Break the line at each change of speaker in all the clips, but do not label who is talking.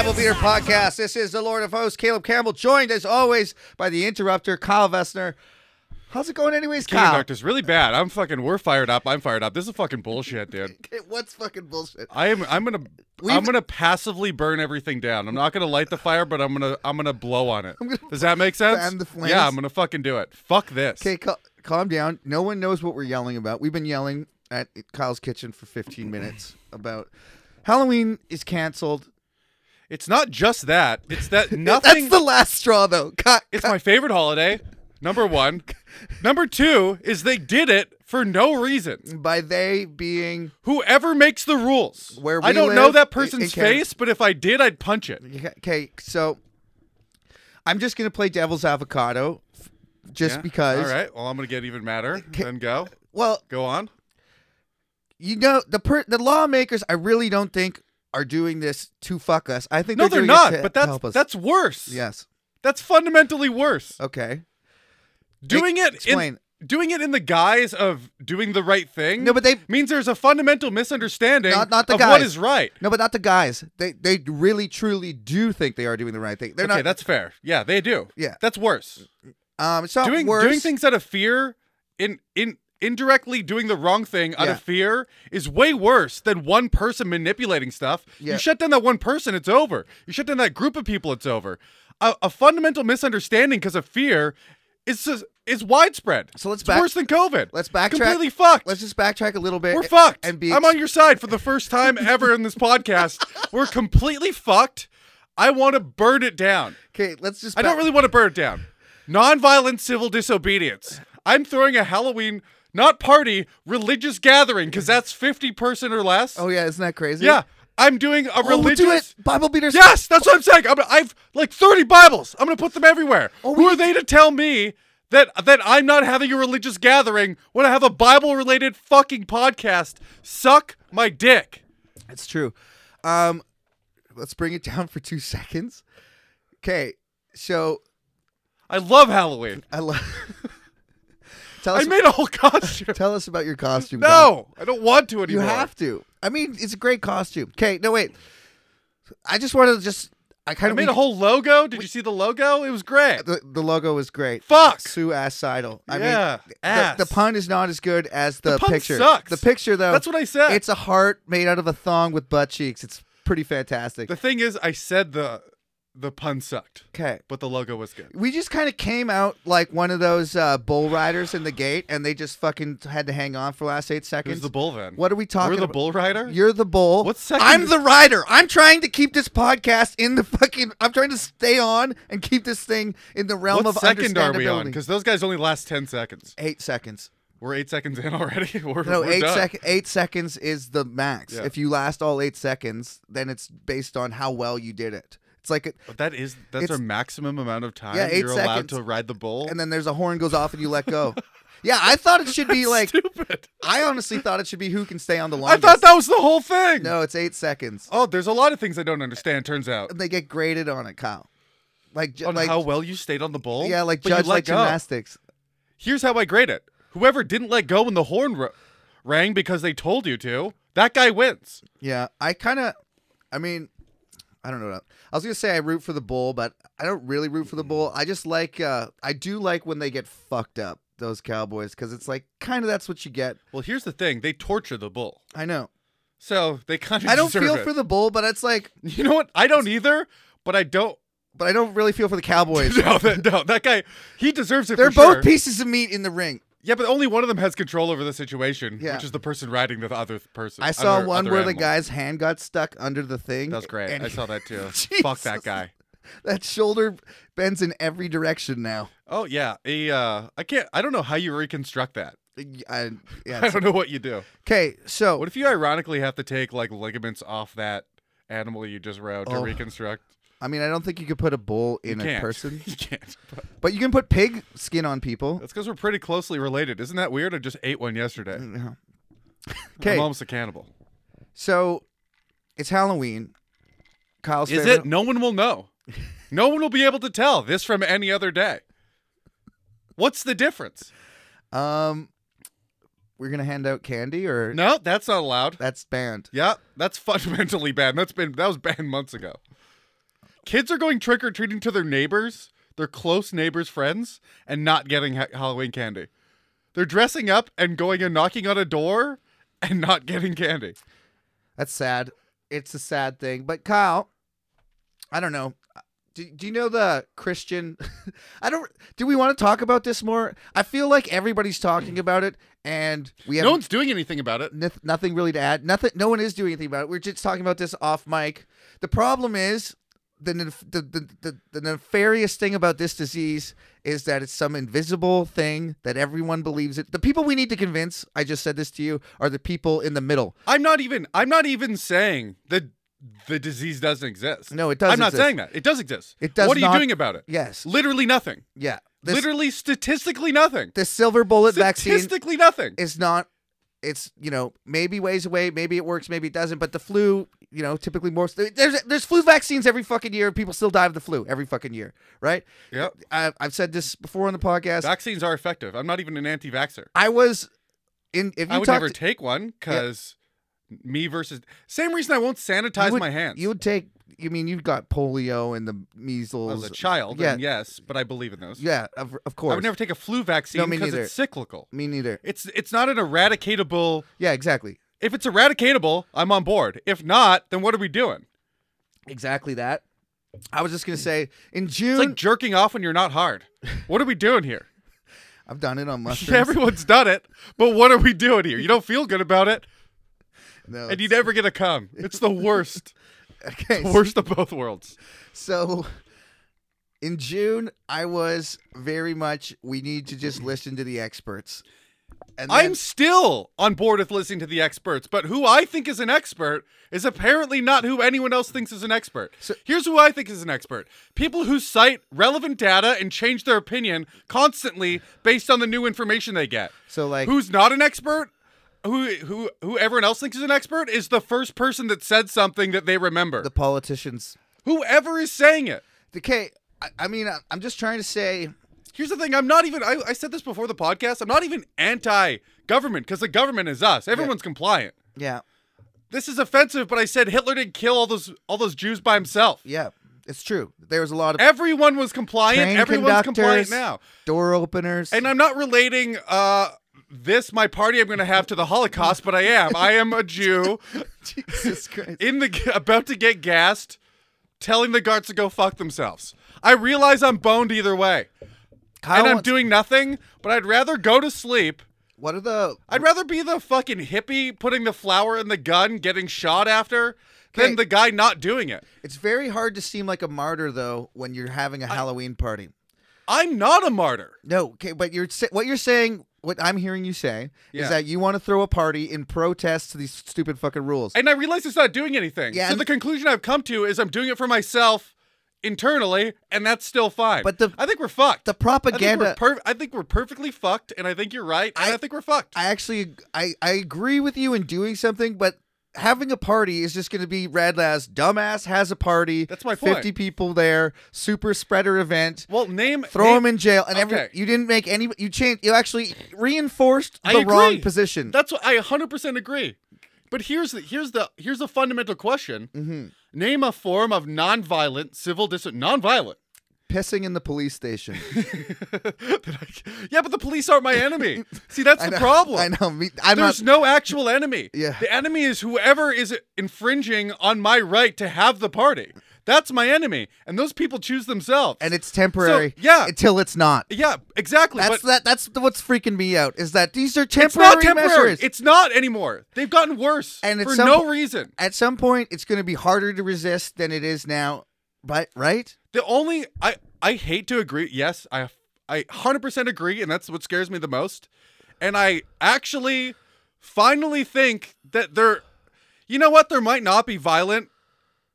podcast. This is the Lord of Hosts, Caleb Campbell, joined as always by the interrupter, Kyle Vessner. How's it going, anyways, Kyle?
Kindergarten's really bad. I'm fucking. We're fired up. I'm fired up. This is fucking bullshit, dude.
What's fucking bullshit?
I am. I'm gonna. I'm gonna passively burn everything down. I'm not gonna light the fire, but I'm gonna. I'm gonna blow on it. Does that make sense?
fan the flames.
Yeah, I'm gonna fucking do it. Fuck this.
Okay, cal- calm down. No one knows what we're yelling about. We've been yelling at Kyle's kitchen for 15 minutes about Halloween is canceled.
It's not just that. It's that
That's
nothing.
the last straw, though. Ky-
it's my favorite holiday. Number one. Number two is they did it for no reason.
by they being,
Whoever makes the rules.
Where
I
we
don't know
live,
that
it- it
person's
can-
face, but if I did, I'd punch it.
okay, so I'm just gonna play devil's avocado, f- just
Yeah.
because.
All right. Well, I'm gonna get even madder. Then go.
Well,
Go on.
you know the per- the lawmakers. I really don't think are doing this to fuck us. I think
No,
they're,
they're
doing it
not.
to
But that's
help us.
that's worse.
yes.
That's fundamentally worse.
Okay.
doing it.
explain.
In, doing it in the guise of doing the right thing.
No, but they-
means there's a fundamental misunderstanding
Not- not the
of what
guys.
is right.
No, but not the guys. They they really truly do think they are doing the right thing. They're
okay,
not.
that's fair. Yeah, they do.
Yeah.
that's worse.
um, it's not
doing
worse.
doing things out of fear in in indirectly doing the wrong thing out
Yeah.
of fear is way worse than one person manipulating stuff.
Yeah.
You shut down that one person, it's over. You shut down that group of people, it's over. A, a fundamental misunderstanding because of fear is just, is widespread.
So let's
It's
back-
worse than COVID.
Let's backtrack.
Completely fucked.
Let's just backtrack a little bit.
We're
a-
fucked.
And be
I'm on your side for the first time ever in this podcast. We're completely fucked. I want to burn it down.
okay. Let's just.
I don't
back-
really want to burn it down. Nonviolent civil disobedience. I'm throwing a Halloween, not party, religious gathering because that's 50 person or less.
Oh yeah, isn't that crazy?
yeah. I'm doing a
Oh, we'll
religious.
do it. Bible beaters.
Yes, that's what I'm saying. I'm, I've like 30 Bibles. I'm going to put them everywhere.
Oh, we-
Who are they to tell me that that I'm not having a religious gathering when I have a Bible related fucking podcast? Suck my dick.
It's true. Um, let's bring it down for two seconds. Okay, so
I love Halloween.
I love. tell
I
us.
made a whole costume.
tell us about your costume. Dom.
No, I don't want to
you
anymore.
have to. I mean, it's a great costume. Okay, no wait. I just wanted to just. I kind
I
of
made a whole logo. Did you see the logo? It was great.
The, the logo was great.
Fuck.
Sue ass Seidel. I
Yeah,
mean,
ass.
The, the pun is not as good as the,
The pun
picture.
sucks.
The picture though.
That's what I said.
It's a heart made out of a thong with butt cheeks. It's pretty fantastic.
The thing is, I said the the pun sucked,
okay.
but the logo was good.
We just kind of came out like one of those uh, bull riders in the gate, and they just fucking had to hang on for the last eight seconds.
Who's the bull then?
What are we talking
We're the
about?
bull rider.
You're the bull.
What second
I'm
is-
the rider. I'm trying to keep this podcast in the fucking. I'm trying to stay on and keep this thing in the realm
what
of
second are we on?
understandability.
Because those guys only last ten seconds.
eight seconds.
We're eight seconds in already. We're,
No,
we're
eight
done.
sec- Eight seconds is the max.
Yeah.
If you last all eight seconds, then it's based on how well you did it. It's like, a,
But that is that's
It's-
our maximum amount of time
Yeah, eight
you're allowed
seconds.
to ride the bull.
and then there's a horn goes off and you let go. yeah, I thought it should be like.
stupid.
I honestly thought it should be who can stay on the
I
longest.
thought that was the whole thing.
No, it's eight seconds.
Oh, there's a lot of things I don't understand. Turns out
And they get graded on it, Kyle. Like, ju-
on
like
how well you stayed on the bull.
yeah, like
but you
judge
let
like
go.
gymnastics.
Here's how I grade it. Whoever didn't let go when the horn r- rang because they told you to, that guy wins.
Yeah, I kind of, I mean, I don't know. I was gonna say I root for the bull, but I don't really root for the bull. I just like, uh I do like when they get fucked up those cowboys because it's like kind of that's what you get.
Well, here's the thing: they torture the bull,
I know.
so they kind of.
I don't
deserve
feel
it.
for the bull, but it's like,
You know what? I don't either, but I don't.
but I don't really feel for the cowboys.
No, that, no, that guy, he deserves it.
They're
for
both
sure.
pieces of meat in the ring.
Yeah, but only one of them has control over the situation,
Yeah.
which is the person riding the other th- person.
I saw
other-
one
other
where the
animal.
guy's hand got stuck under the thing.
That was great.
and
I
he-
saw that too. Fuck
Jesus.
that guy.
that shoulder bends in every direction now.
Oh yeah, he, uh, I can't. I don't know how you reconstruct that.
I, yeah,
I don't know what you do.
uh, okay, so
What if you ironically have to take like ligaments off that animal you just rode to
Oh.
reconstruct?
I mean, I don't think you could put a bull in
You
a
can't.
person,
You can't. But
but you can put pig skin on people.
That's because we're pretty closely related. Isn't that weird? I just ate one yesterday.
Mm. Okay,
I'm almost a cannibal.
so it's Halloween. Kyle's
Is
favorite.
it? No one will know. No one will be able to tell this from any other day. What's the difference?
Um, we're gonna hand out candy, or
No, that's not allowed.
that's banned.
Yeah, that's fundamentally banned. That's been that was banned months ago. Kids are going trick or treating to their neighbors, their close neighbors' friends, and not getting ha- Halloween candy. They're dressing up and going and knocking on a door and not getting candy.
That's sad. It's a sad thing. But Kyle, I don't know. Do, do you know the Christian? I don't. Do we want to talk about this more? I feel like everybody's talking about it, and we have
No one's doing anything about it.
noth- nothing really to add. Nothing. No one is doing anything about it. We're just talking about this off mic. The problem is the nef- the, the, the, the nefarious thing about this disease is that it's some invisible thing that everyone believes it. The people we need to convince, I just said this to you, are the people in the middle.
I'm not even I'm not even saying that the disease doesn't exist.
No, it does
I'm not
exist.
saying that. It does exist.
It does
What are
not-
you doing about it?
Yes.
Literally nothing.
Yeah. This,
Literally statistically nothing.
the silver bullet vaccine
Statistically nothing.
is not it's you know maybe ways away maybe it works maybe it doesn't but the flu you know typically more there's there's flu vaccines every fucking year people still die of the flu every fucking year right
Yep.
I, i've said this before on the podcast
Vaccines are effective. I'm not even an anti-vaxxer.
i was in if you
I would
talked
never take one because me versus same reason I won't sanitize
you would,
my hands.
you would take you mean you've got polio and the measles
as a child,
yeah
and yes, but I believe in those.
yeah of, of course
I would never take a flu vaccine
No, me
because
neither.
it's cyclical.
me neither
It's it's not an eradicatable.
yeah exactly
If it's eradicatable, I'm on board. If not, then what are we doing?
exactly that i was just gonna say in
Hmm. It's
june
like jerking off when you're not hard. What are we doing here?
i've done it on mushrooms
Everyone's done it, but what are we doing here? You don't feel good about it,
no,
and you never get to come. It's the worst,
okay, so-
worst of both worlds.
So in June, I was very much we need to just listen to the experts. And then-
I'm still on board with listening to the experts, but who I think is an expert is apparently not who anyone else thinks is an expert.
So-
Here's who I think is an expert people who cite relevant data and change their opinion constantly based on the new information they get.
so like
Who's not an expert? Who, who who everyone else thinks is an expert is the first person that said something that they remember.
the politicians.
Whoever is saying it.
Okay, I, I mean I, I'm just trying to say
Here's the thing. I'm not even. I, I said this before the podcast. I'm not even anti-government because the government is us. Everyone's compliant.
yeah,
This is offensive, but I said Hitler didn't kill all those all those Jews by himself.
yeah, it's true. There was a lot of
Everyone was compliant.
train
Everyone's
conductors,
compliant now.
Door openers.
And I'm not relating uh this my party I'm going to have to the Holocaust, but I am. I am a Jew
Jesus Christ.
in the about to get gassed, telling the guards to go fuck themselves. I realize I'm boned either way,
Kyle
and I'm
wants-
doing nothing. But I'd rather go to sleep.
what are the
I'd rather be the fucking hippie putting the flower in the gun, getting shot after,
Okay.
than the guy not doing it.
It's very hard to seem like a martyr though when you're having a Halloween party.
I'm not a martyr.
No, okay, but you're sa- what you're saying, what I'm hearing you say,
Yeah.
is that you want to throw a party in protest to these stupid fucking rules.
And I realize it's not doing anything.
Yeah,
so
and-
the conclusion I've come to is I'm doing it for myself internally, and that's still fine.
But the-
I think we're fucked.
the
I think, we're
propaganda.
per- I think we're perfectly fucked, and I think you're right, and I, think we're fucked.
I actually, I, I agree with you in doing something, but having a party is just going to be Radla's dumbass has a party.
That's my point.
Fifty people there, super spreader event.
well, name
Throw
name-
him in jail, and every
Okay.
you didn't make any. You changed. You actually reinforced
I
the
agree.
wrong position.
That's what I 100% agree. But here's the here's the here's the fundamental question.
Mm-hmm.
Name a form of nonviolent civil dis nonviolent.
Pissing in the police station.
That I- yeah, but the police aren't my enemy. See, that's
I
the
know-
problem.
I know. Me, I'm
There's
not.
no actual enemy.
Yeah.
The enemy is whoever is infringing on my right to have the party. That's my enemy. And those people choose themselves.
And it's temporary.
yeah.
Until it's not.
yeah, exactly.
That's
but
that. That's th- what's freaking me out. Is that these are temporary
it's not temporary.
measures.
It's not anymore. They've gotten worse
And at
for
some
no
po-
reason.
At some point, it's going to be harder to resist than it is now. But right?
The only I I hate to agree. Yes, I I 100% agree and that's what scares me the most. And I actually finally think that there you know what there might not be violent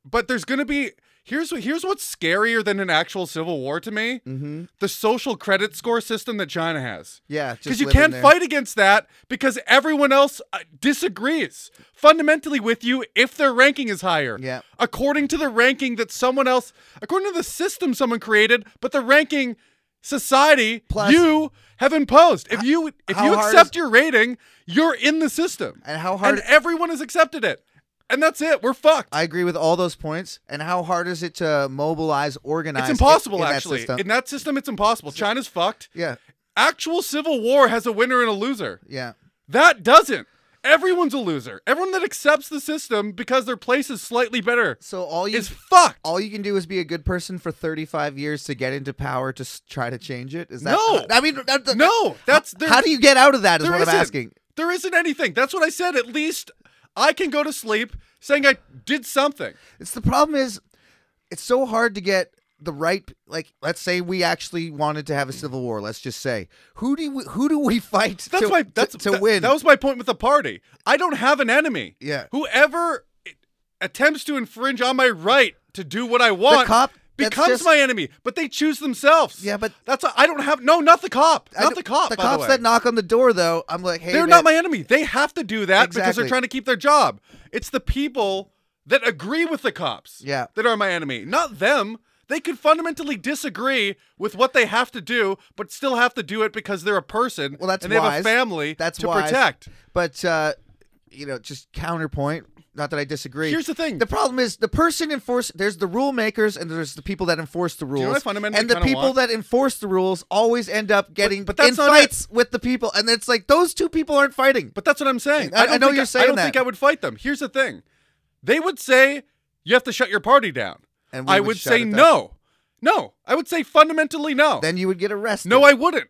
but there's going to be here's what here's what's scarier than an actual civil war to me. Mm-hmm. The social credit score system that China has.
Yeah.
Because
just
you
living
can't
there.
fight against that because everyone else uh, disagrees fundamentally with you if their ranking is higher.
Yeah.
According to the ranking that someone else, according to the system someone created, but the ranking society
Plus-
you have imposed. If you if
how
you
hard
accept your rating, you're in the system.
And how hard-
And everyone has accepted it. and that's it. We're fucked.
I agree with all those points. And how hard is it to mobilize, organize?
it's
in-
impossible,
in that
actually.
system?
in that system, it's impossible. China's fucked.
yeah,
Actual civil war has a winner and a loser.
yeah.
That doesn't. Everyone's a loser. Everyone that accepts the system because their place is slightly better
So all you
is fucked.
all you can do is be a good person for 35 years to get into power to s- try to change it. Is that?
No.
I mean, that, that-
No, that's there,
how do you get out of that? Is
there
what I'm
isn't.
asking.
there isn't anything. That's what I said. At least I can go to sleep saying I did something.
It's the problem is, it's so hard to get the right. Like, let's say we actually wanted to have a civil war. Let's just say, who do we, who do we fight?
That's
to,
my that's
to, to
that-
win.
That was my point with the party. I don't have an enemy.
Yeah.
Whoever attempts to infringe on my right to do what I
the
want
cop that's
becomes
just-
my enemy, but they choose themselves.
Yeah, but-
that's I I don't have no, not the cop,
I
not
don't-
the cop.
The
by
cops
way.
that knock on the door, though, I'm like, hey,
They're
man,
not my enemy. They have to do that because they're
Exactly.
trying to keep their job. It's the people that agree with the cops
Yeah.
that are my enemy, not them. They could fundamentally disagree with what they have to do, but still have to do it because they're a person
Well, that's
and they have a
wise.
family
That's
to
wise.
protect.
But uh, you know, just counterpoint. Not that I disagree.
Here's the thing.
The problem is the person enforce. There's the rule makers, and there's the people that enforce the rules.
know what I fundamentally
and the
kinda
people
want?
that enforce the rules always end up getting
but that's
in
not
fights with the people, and it's like those two people aren't fighting.
But that's what I'm saying.
I- I
don't
know
think
you're saying
I don't
that.
think I would fight them. Here's the thing. They would say you have to shut your party down.
And we
I
would
would
shout
say
at them.
no. No. I would say fundamentally no.
Then you would get arrested.
no, I wouldn't.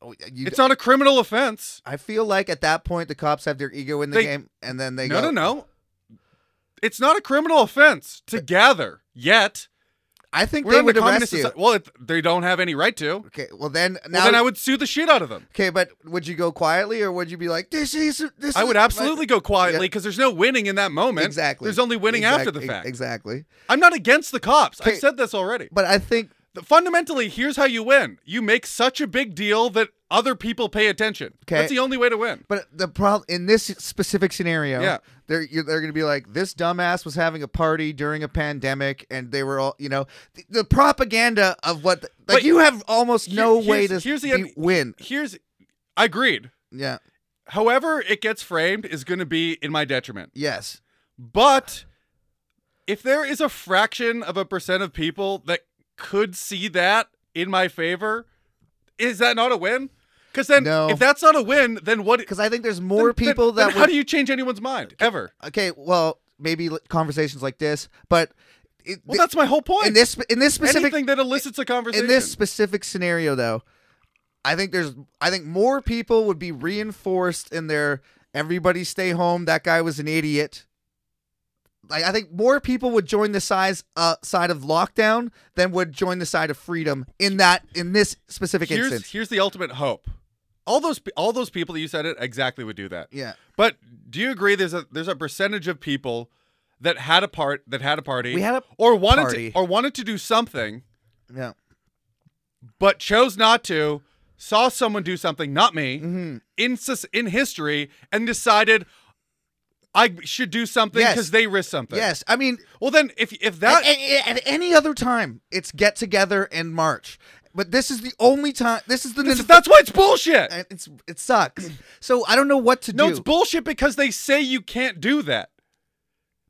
Oh, you-
It's not a criminal offense.
I feel like at that point the cops have their ego in the
They-
game, and then they
No,
go,
no, no. It's not a criminal offense to gather yet.
I think
We're
they
not in a
would
communist
arrest you.
soci- Well, it, they don't have any right to.
Okay, well then now
Well, then I would sue the shit out of them.
Okay, but would you go quietly or would you be like, this is this?
I
is
would
my-
absolutely go quietly because there's no winning in that moment.
exactly.
There's only winning
Exact-
after the
ex-
fact.
Exactly.
I'm not against the cops. I've
Okay.
said this already.
But I think
The- Fundamentally, here's how you win. You make such a big deal that other people pay attention.
Okay.
That's the only way to win.
But the problem in this specific scenario,
Yeah.
they're you're, they're gonna be like, this dumbass was having a party during a pandemic, and they were all, you know, the, the propaganda of what, like,
But
you have almost
here-
no way to
here's- here's the
be-
un-
win.
Here's I agreed.
Yeah.
However, it gets framed is going to be in my detriment.
Yes.
But if there is a fraction of a percent of people that could see that in my favor, is that not a win? Because then,
No.
if that's not a win, then what?
Because I think there's more
then-
people
then
that
how
would.
do you change anyone's mind ever?
okay. Well, maybe li- conversations like this, but. It,
Well, that's my whole point.
in this in this specific
Anything that elicits a conversation.
in this specific scenario though i think there's i think more people would be reinforced in their everybody stay home that guy was an idiot like i think more people would join the size uh, side of lockdown than would join the side of freedom in that in this specific
here's
instance
here's the ultimate hope. All those pe- all those people that you said it exactly would do that.
yeah
But do you agree there's a there's a percentage of people that had a part that had a party
We had a
or wanted
party.
to or wanted to do something
yeah
but chose not to, saw someone do something, not me,
Mm-hmm.
in sus- in history, and decided I should do something
Yes.
because they risked something.
yes i mean
Well, then if if
at,
that
at- at any other time it's get together and march but this is the only time this is the
that's, that's why it's bullshit.
and it's it sucks so i don't know what to
no,
do
it's bullshit because they say you can't do that.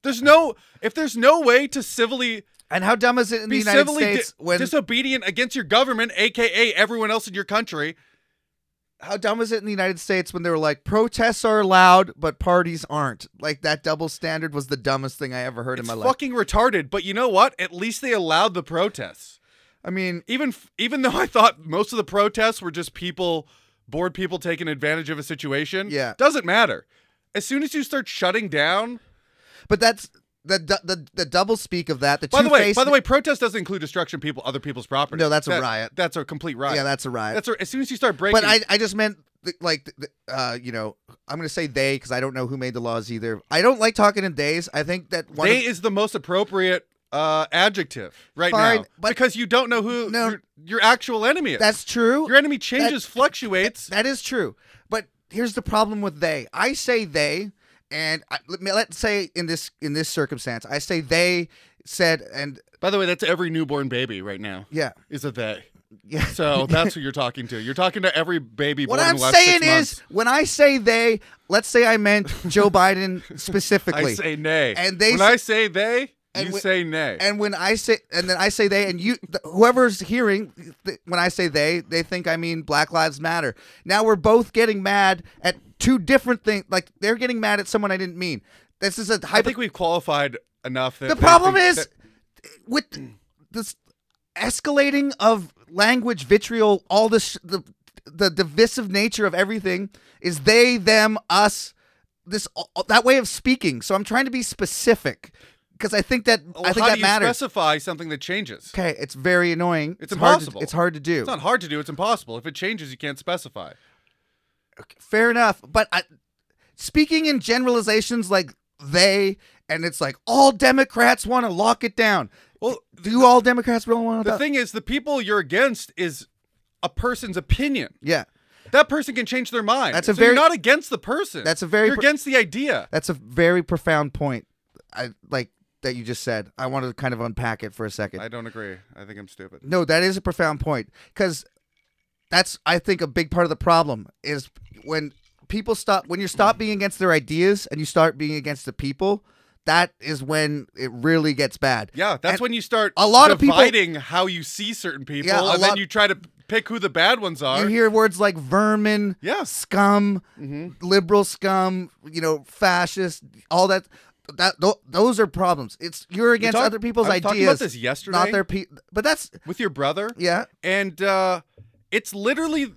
There's no if there's no way to civilly
And how dumb is it in the
be
United
civilly di-
States when
disobedient against your government, aka everyone else in your country.
how dumb is it in the United States when they were like protests are allowed but parties aren't? Like that double standard was the dumbest thing I ever heard
It's
in my life.
fucking retarded. But you know what? At least they allowed the protests.
I mean,
even f- even though I thought most of the protests were just people bored people taking advantage of a situation.
Yeah.
doesn't matter. As soon as you start shutting down,
but that's the du- the the double speak of that. The
by the way,
two-faced-
by the way, protest doesn't include destruction of people other people's property.
No, that's a
That-
riot.
That's a complete riot.
yeah, that's a riot.
that's a, as soon as you start breaking.
but I I just meant th- like th- th- uh you know I'm gonna say they because I don't know who made the laws either. I don't like talking in days. I think that one
they
of-
is the most appropriate uh, adjective right
Fine,
now
but-
because you don't know who
No.
your, your actual enemy is.
that's true.
your enemy changes, fluctuates.
That is true. But here's the problem with they. I say they, and I, let me, let's say in this in this circumstance, I say they said, and
By the way, that's every newborn baby right now.
yeah,
Is a they?
Yeah.
So that's who you're talking to. You're talking to every baby
What
born
I'm
in the last six
saying
months.
is, when I say they, let's say I meant Joe Biden
I
specifically.
say nay.
And they
when
s-
I say they,
and
you
when-
say nay.
and when I say, and then I say they, and you, th- whoever's hearing, th- when I say they, they think I mean Black Lives Matter. Now we're both getting mad at two different things. Like they're getting mad at someone I didn't mean. This is a
I
hyper.
think we've qualified enough. That
The
they
problem
think
is with this escalating of language vitriol, all this the the divisive nature of everything is they, them, us. This that way of speaking. So I'm trying to be specific because I think that
that,
I
Well,
think
how
that
do you
matters.
specify something that changes?
Okay, it's very annoying.
It's
Hard
impossible.
to, it's hard to do.
It's not hard to do. It's impossible. If it changes, you can't specify.
Fair enough, but I, speaking in generalizations like they and it's like all Democrats want to lock it down.
Well,
Do all Democrats really want to?
the thing is, the people you're against is a person's opinion.
yeah,
That person can change their mind.
That's a
So
very-
you're not against the person.
that's a very
you're
pr-
against the idea.
that's a very profound point. I like that you just said. I wanted to kind of unpack it for a second.
I don't agree. I think I'm stupid.
No, that is a profound point because that's I think a big part of the problem is when people stop when you stop being against their ideas and you start being against the people. That is when it really gets bad.
Yeah, that's
And
when you start
a lot of people-
dividing how you see certain people,
Yeah, a lot-
and then you try to pick who the bad ones are.
you hear words like vermin,
Yeah. Mm-hmm.
scum, liberal scum, you know, fascist, all that. That tho- those are problems. It's you're against
talk-
other people's
I was
ideas.
talking about this
Not
yesterday.
their pe- but that's
with your brother.
yeah.
And uh, it's literally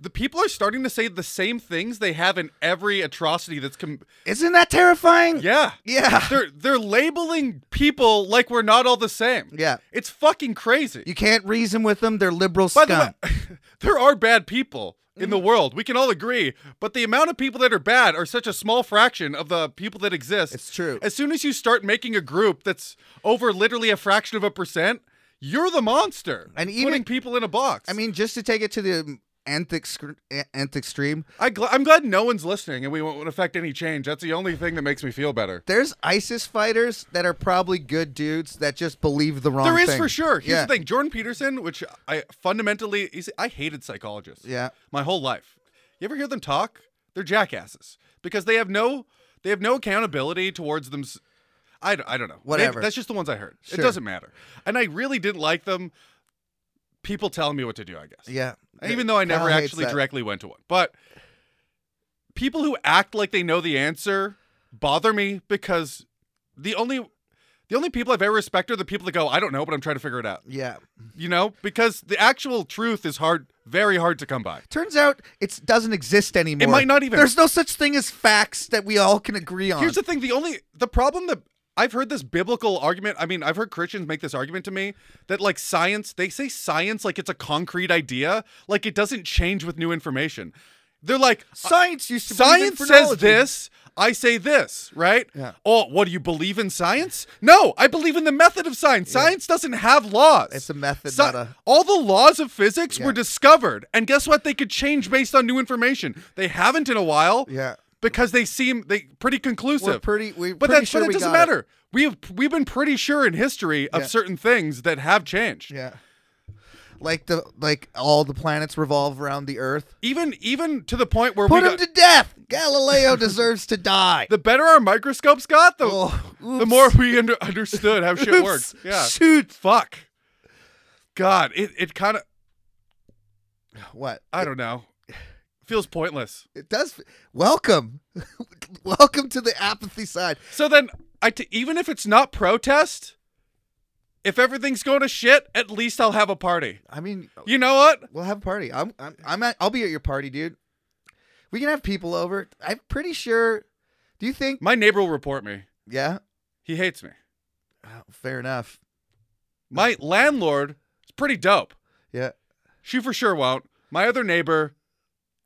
the people are starting to say the same things they have in every atrocity that's com-
Isn't that terrifying?
yeah.
Yeah.
They're they're labeling people like we're not all the same.
Yeah.
It's fucking crazy.
You can't reason with them. They're liberal
By
scum. Mm-hmm.
the way, there are bad people in the world. We can all agree, but the amount of people that are bad are such a small fraction of the people that exist.
It's true.
As soon as you start making a group that's over literally a fraction of a percent, you're the monster.
And even-
putting people in a box.
I mean, just to take it to the nth, excre- nth extreme,
I gl- I'm glad no one's listening and we won't affect any change. That's the only thing that makes me feel better.
there's ISIS fighters that are probably good dudes that just believe the wrong
There is
thing.
for sure. Here's
yeah.
the thing Jordan Peterson, which I fundamentally, he's, I hated psychologists.
Yeah.
My whole life. You ever hear them talk? They're jackasses because they have no. They have no accountability towards them. I, d- I don't know. Maybe-
Whatever.
that's just the ones I heard.
Sure.
It doesn't matter. And I really didn't like them. People telling me what to do, I guess.
Yeah.
Even though I never
Kyle hates
actually
that.
directly went to one. But people who act like they know the answer bother me because the only the only people I've ever respected are the people that go, I don't know, but I'm trying to figure it out.
Yeah.
You know? Because the actual truth is hard very hard to come by.
Turns out it doesn't exist anymore.
might not even-
There's no such thing as facts that we all can agree on.
Here's the thing: the only the problem that I've heard this biblical argument. I mean, I've heard Christians make this argument to me that like science, they say science like it's a concrete idea, like it doesn't change with new information. They're like
Uh, science used to believe in
science says
phrenology.
this. I say this, right?
Yeah.
Oh, what do you believe in science? No, I believe in the method of science. Science doesn't have laws.
It's a method,
Sci-
not a-
All the laws of physics
Yeah.
were discovered, and guess what? They could change based on new information. They haven't in a while
Yeah.
because they seem they pretty conclusive.
We're pretty- we're
but
pretty
that,
sure
but
we
it doesn't
got it.
matter. We've we've been pretty sure in history of
Yeah.
certain things that have changed.
Yeah. Like the like all the planets revolve around the Earth.
Even even to the point where we
Put him
got,
to death. Galileo deserves to die.
the better our microscopes got, the
Oh,
the
oops.
more we under, understood how shit
Oops.
works. Yeah.
Shoot.
Fuck. God, it it kind of
What?
I don't know. Feels pointless.
It does. Welcome, welcome to the apathy side.
So then, I t- even if it's not protest, if everything's going to shit, at least I'll have a party.
I mean,
You know what?
we'll have a party. I'm, I'm, I'm at, I'll be at your party, dude. We can have people over. I'm pretty sure. Do you think?
My neighbor will report me.
Yeah.
He hates me.
Oh, fair enough.
My landlord is pretty dope.
Yeah.
She for sure won't. My other neighbor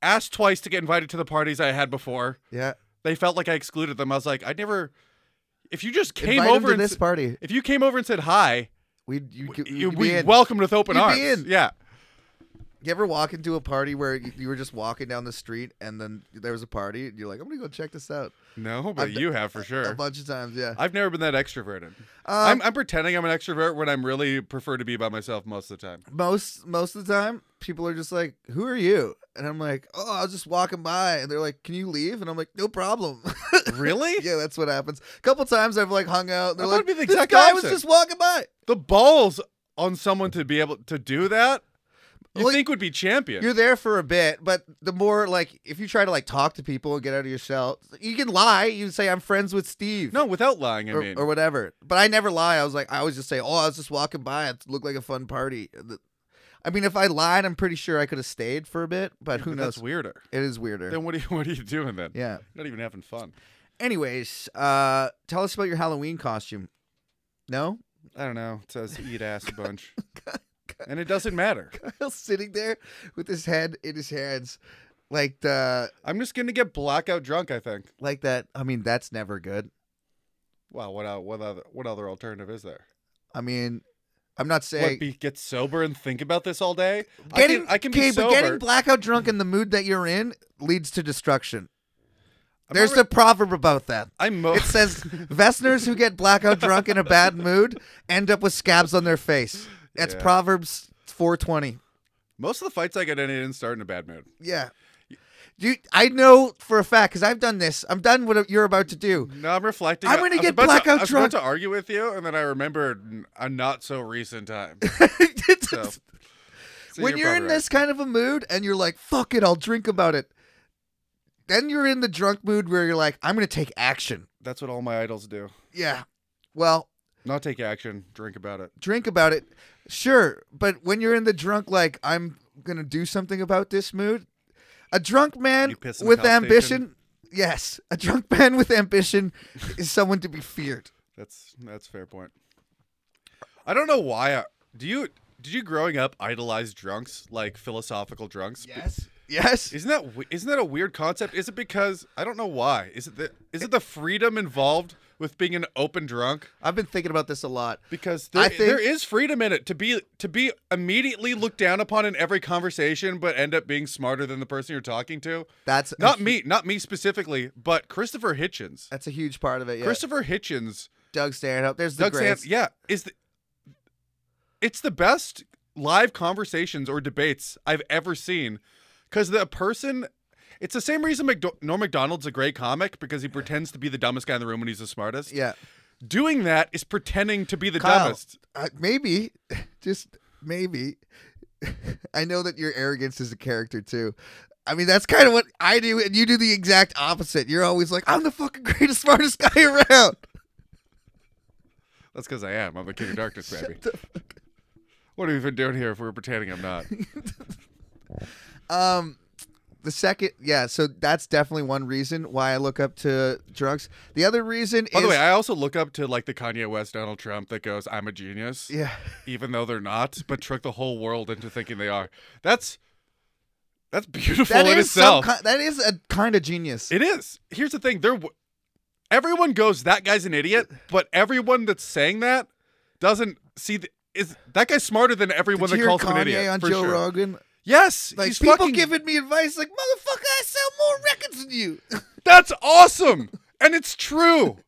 asked twice to get invited to the parties I had before.
Yeah.
They felt like I excluded them. I was like, I never. If you just came
Invite 'em
over
to
and
this
s-
party.
if you came over and said hi,
We you, you,
you,
you'd be
we
in.
welcomed with open
You'd be
arms.
in.
Yeah.
You ever walk into a party where you you were just walking down the street and then there was a party and you're like, I'm gonna go check this out
No, but
I've d-
you have for
a
sure.
bunch of times. Yeah.
I've never been that extroverted.
Um,
I'm, I'm pretending I'm an extrovert when I'm really prefer to be by myself most of the time.
most most of the time, people are just like, "Who are you?" And I'm like, "Oh, I was just walking by," and they're like, "Can you leave?" And I'm like, "No problem."
Really?
yeah, that's what happens. A couple times I've like hung out. and They're
I thought
like,
it'd be the
"This
exact
guy was
opposite."
just walking by."
The balls on someone to be able to do that, you
Well,
think would be champion.
You're there for a bit, but the more like if you try to like talk to people and get out of your shell, you can lie. You say, "I'm friends with Steve."
No, without lying, I
or,
mean.
or whatever. But I never lie. I was like, I always just say, "Oh, I was just walking by. It looked like a fun party." The- I mean, if I lied, I'm pretty sure I could have stayed for a bit, but who
But
knows?
That's weirder.
It is weirder.
Then what are you what are you doing then?
yeah.
You're Not even having fun.
Anyways, uh, tell us about your Halloween costume. No,
I don't know. It says eat ass a bunch. and it doesn't matter.
Kyle's sitting there with his head in his hands, like the
I'm just gonna get blackout drunk, I think.
like that. I mean, that's never good.
Wow, what el- what other what other alternative is there?
I mean, I'm not
What
saying
be get sober and think about this all day?
getting
I can, I can
okay,
be sober.
but getting blackout drunk in the mood that you're in leads to destruction.
I'm Oh.
There's
alre-
a proverb about that.
I'm mo-
It says Vesners who get blackout drunk in a bad mood end up with scabs on their face. That's
Yeah.
Proverbs 420.
most of the fights I get in I didn't start in a bad mood.
Yeah. You, I know for a fact because I've done this. I'm done what you're about to do.
No, I'm reflecting.
I'm
I-
gonna
I was
get
about to-
blackout
I was
drunk.
about to argue with you, and then I remembered n- a not so recent time.
It's-
So, So
when you're, in
probably right.
this kind of a mood and you're like, fuck it, I'll drink about it. Then you're in the drunk mood where you're like, I'm going to take action.
that's what all my idols do.
Yeah. Well,
Not take action, drink about it.
drink about it. Sure. But when you're in the drunk, like, I'm going to do something about this mood, a drunk man
You piss in a
with
cow station?
ambition. Yes. A drunk man with ambition is someone to be feared.
That's that's a fair point. I don't know why. I, do you did you growing up idolize drunks like philosophical drunks?
Yes.
Isn't that we- isn't that a weird concept? Is it because I don't know why? Is it the is it the freedom involved with being an open drunk?
I've been thinking about this a lot.
Because
I
there,
think-
there is freedom in it to be to be immediately looked down upon in every conversation, but end up being smarter than the person you're talking to.
That's a
Not
hu-
me, not me specifically, but Christopher Hitchens.
That's a huge part of it. Yeah.
Christopher Hitchens
Doug Stanhope. There's the
Doug
greats.
Sands, yeah, is the, it's the best live conversations or debates I've ever seen because the person. It's the same reason McDo- Norm McDonald's a great comic because he pretends to be the dumbest guy in the room when he's the smartest.
Yeah.
Doing that is pretending to be the
Kyle,
dumbest.
Uh, maybe, just maybe. I know that your arrogance is a character too. I mean, that's kind of what I do, and you do the exact opposite. You're always like, "I'm the fucking greatest, smartest guy around."
That's because I am. I'm the king of darkness, baby. What are we even doing here if we're pretending I'm not?
Um, the second, yeah. So that's definitely one reason why I look up to drugs. The other reason
By
is,
the way, I also look up to like the Kanye West, Donald Trump that goes, "I'm a genius."
yeah,
even though they're not, but trick the whole world into thinking they are. That's that's beautiful
that
in
is some
itself.
ki- that is a kind of genius.
it is. Here's the thing: there, w- everyone goes, "That guy's an idiot," but everyone that's saying that doesn't see. The, is that guy smarter than everyone
Did you
that
hear
calls
Kanye
him an idiot?
on
for
Joe
sure.
Rogan?
Yes,
Like
he's
people
fucking.
giving me advice, like, "Motherfucker, I sell more records than you."
that's awesome, and it's true.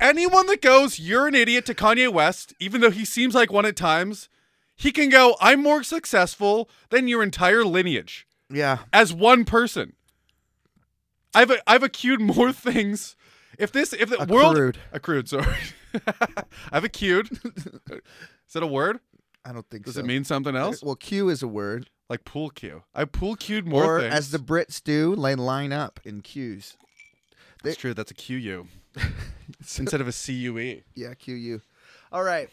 Anyone that goes, "You're an idiot" to Kanye West, even though he seems like one at times, he can go, "I'm more successful than your entire lineage."
yeah.
as one person. I've I've accrued more things. If this if the world
Accrued.
accrued, sorry, I've accrued. Is that a word?
I don't think
Does
so.
it mean something else?
Well, Q is a word,
Like pool cue. I pool cued more
or
things.
as the Brits do, they line up in queues.
That's true. That's a QU instead of a E. CUE.
Yeah, Q U. All right.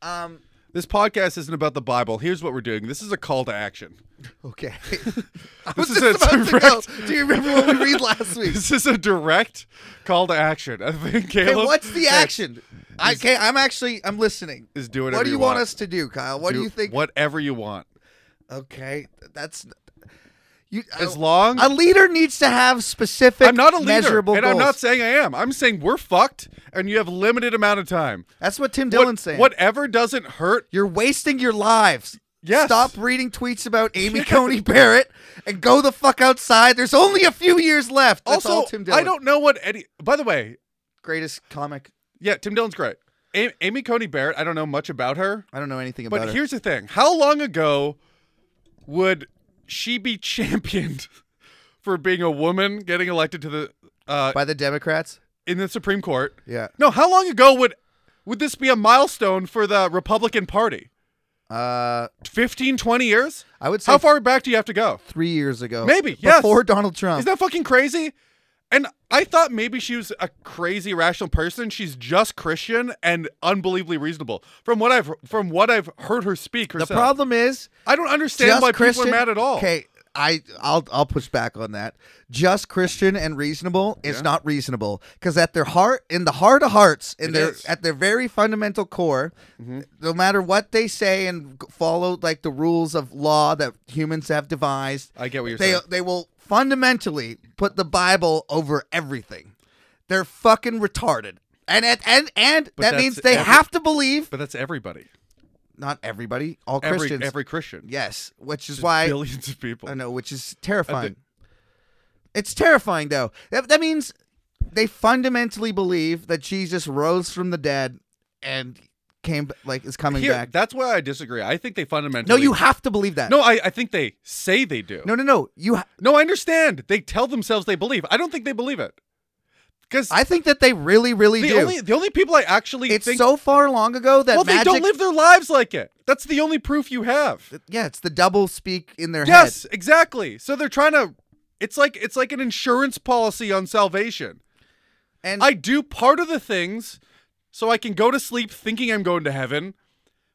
Um.
This podcast isn't about the Bible. Here's what we're doing. This is a call to action.
Okay. I was
is
just
a
about to go. Do you remember what we read last week?
This is a direct call to action. I think
Okay,
Caleb
what's the action? I, okay, I'm actually I'm listening.
is do whatever
What do you
you
want
want.
us to do, Kyle? What do, you think?
Whatever you want.
Okay, that's you.
As
a-
long
a leader needs to have specific,
I'm not a leader,
measurable
and I'm not
goals.
saying I am. I'm saying we're fucked, and you have limited amount of time.
That's what Tim
What-
Dillon's saying.
Whatever doesn't hurt.
You're wasting your lives.
Yes.
Stop reading tweets about Amy Coney Barrett and go the fuck outside. There's only a few years left. That's all
Also,
Tim Dillon.
I don't know what Eddie. By the way,
greatest comic.
yeah, Tim Dillon's great. A- Amy Coney Barrett. I don't know much about her,
I don't know anything about
but
her.
here's the thing: How long ago would she be championed for being a woman getting elected to the uh,
by the Democrats.
in the Supreme Court?
Yeah.
No, how long ago would would this be a milestone for the Republican Party?
Uh,
15, 20 years?
I would say
How far back do you have to go?
three years ago.
Maybe, yes.
before Donald Trump.
Isn't that fucking crazy? And I thought maybe she was a crazy rational person. She's just Christian and unbelievably reasonable. From what I've from what I've heard her speak
the
herself.
problem is
I don't understand why
Christian,
people are mad at all.
Okay, I I'll I'll push back on that. Just Christian and reasonable is not reasonable because at their heart, in the heart of hearts, in
It
their
is. Mm-hmm.
at their very fundamental core, no matter what they say and g- follow like the rules of law that humans have devised,
I get what you're
they
saying.
they will fundamentally put the Bible over everything. They're fucking retarded. And and and, and
But
that
that's
means they
every-
have to believe
But that's everybody.
not everybody, all
Every
Christians.
every Christian.
yes, which is why
Billions of people.
I know, which is terrifying. It's terrifying, though. That, that means they fundamentally believe that Jesus rose from the dead and came, like, is coming
Here,
back.
that's why I disagree. I think they fundamentally
no, you have to believe that.
No, I, I think they say they do.
no, no, no. You. Ha-
No, I understand. They tell themselves they believe. I don't think they believe it. Because
I think that they really, really
the
do.
only the only people I actually
it's
think
so far long ago that
well
magic.
they don't live their lives like it. That's the only proof you have.
yeah, it's the double speak in their head.
Yes, exactly. So they're trying to. It's like it's like an insurance policy on salvation.
And
I do part of the things so I can go to sleep thinking I'm going to heaven.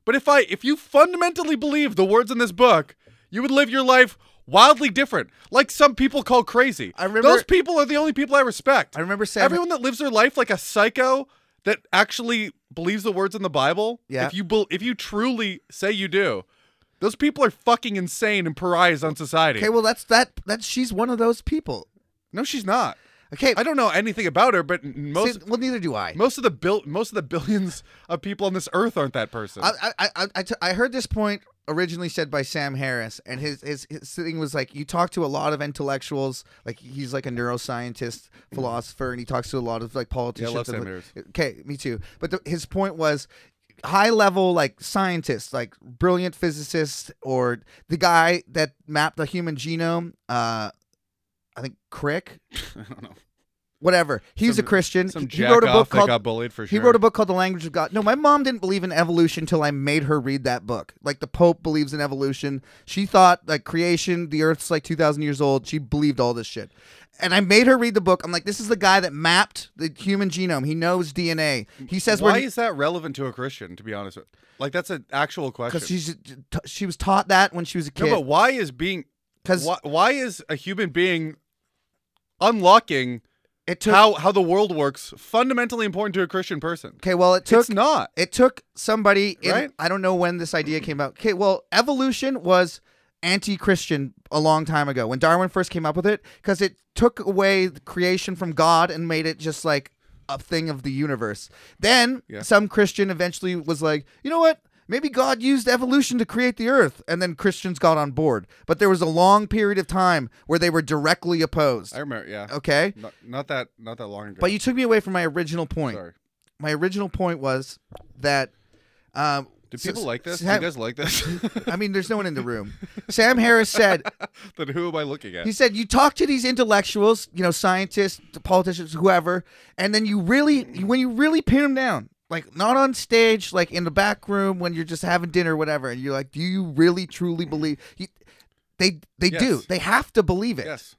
But if I if you fundamentally believe the words in this book, you would live your life wildly different. Like some people call crazy.
I remember-
Those people are the only people I respect.
I remember Sam.
Everyone that lives their life like a psycho that actually believes the words in the Bible,
Yeah.
if you bel if you truly say you do, those people are fucking insane and pariahs on society.
okay, well, that's that. That's she's one of those people.
no, she's not.
Okay,
I don't know anything about her, but most
see, well, neither do I.
most of the bil- most of the billions of people on this earth aren't that person.
I, I, I, I, t- I heard this point originally said by Sam Harris, and his, his his thing was like you talk to a lot of intellectuals, like he's like a neuroscientist, philosopher, and he talks to a lot of like politicians.
Mm-hmm. love
and,
Sam
like- Okay, me too. But the, his point was high level like scientists, like brilliant physicists, or the guy that mapped the human genome. Uh, I think Crick.
I don't know.
Whatever. He's
Some-
a Christian.
Some
he
jack
wrote a book
off that
called
got bullied for sure.
he wrote a book called The Language of God. No, my mom didn't believe in evolution until I made her read that book. Like the Pope believes in evolution. She thought like creation, the earth's like 2000 years old. She believed all this shit. And I made her read the book. I'm like, this is the guy that mapped the human genome. He knows DNA. He says
Why
we're
is that relevant to a Christian? To be honest, with like that's an actual question.
because she's she was taught that when she was a
no, but
kid.
why is being
Because
why, why is a human being unlocking
it took
how how the world works fundamentally important to a Christian person?
okay. Well, it took
it's not.
It took somebody. In,
Right?
I don't know when this idea came out. Okay, well, evolution was anti-Christian a long time ago when Darwin first came up with it, because it took away the creation from God and made it just like a thing of the universe. Then
Yeah.
some Christian eventually was like, you know what? Maybe God used evolution to create the earth, and then Christians got on board. But there was a long period of time where they were directly opposed.
I remember. Yeah,
Okay,
not, not that not that long ago.
but you took me away from my original point.
sorry.
My original point was that. Um,
Do
s-
people like this? Do you
Sam-
guys like this?
I mean, there's no one in the room. Sam Harris said,
then who am I looking at?
he said, you talk to these intellectuals, you know, scientists, politicians, whoever, and then you really, when you really pin them down, like not on stage, like in the back room when you're just having dinner, whatever, and you're like, do you really truly believe? You, they they do.
Mm-hmm. Yes.
They have to believe it.
yes,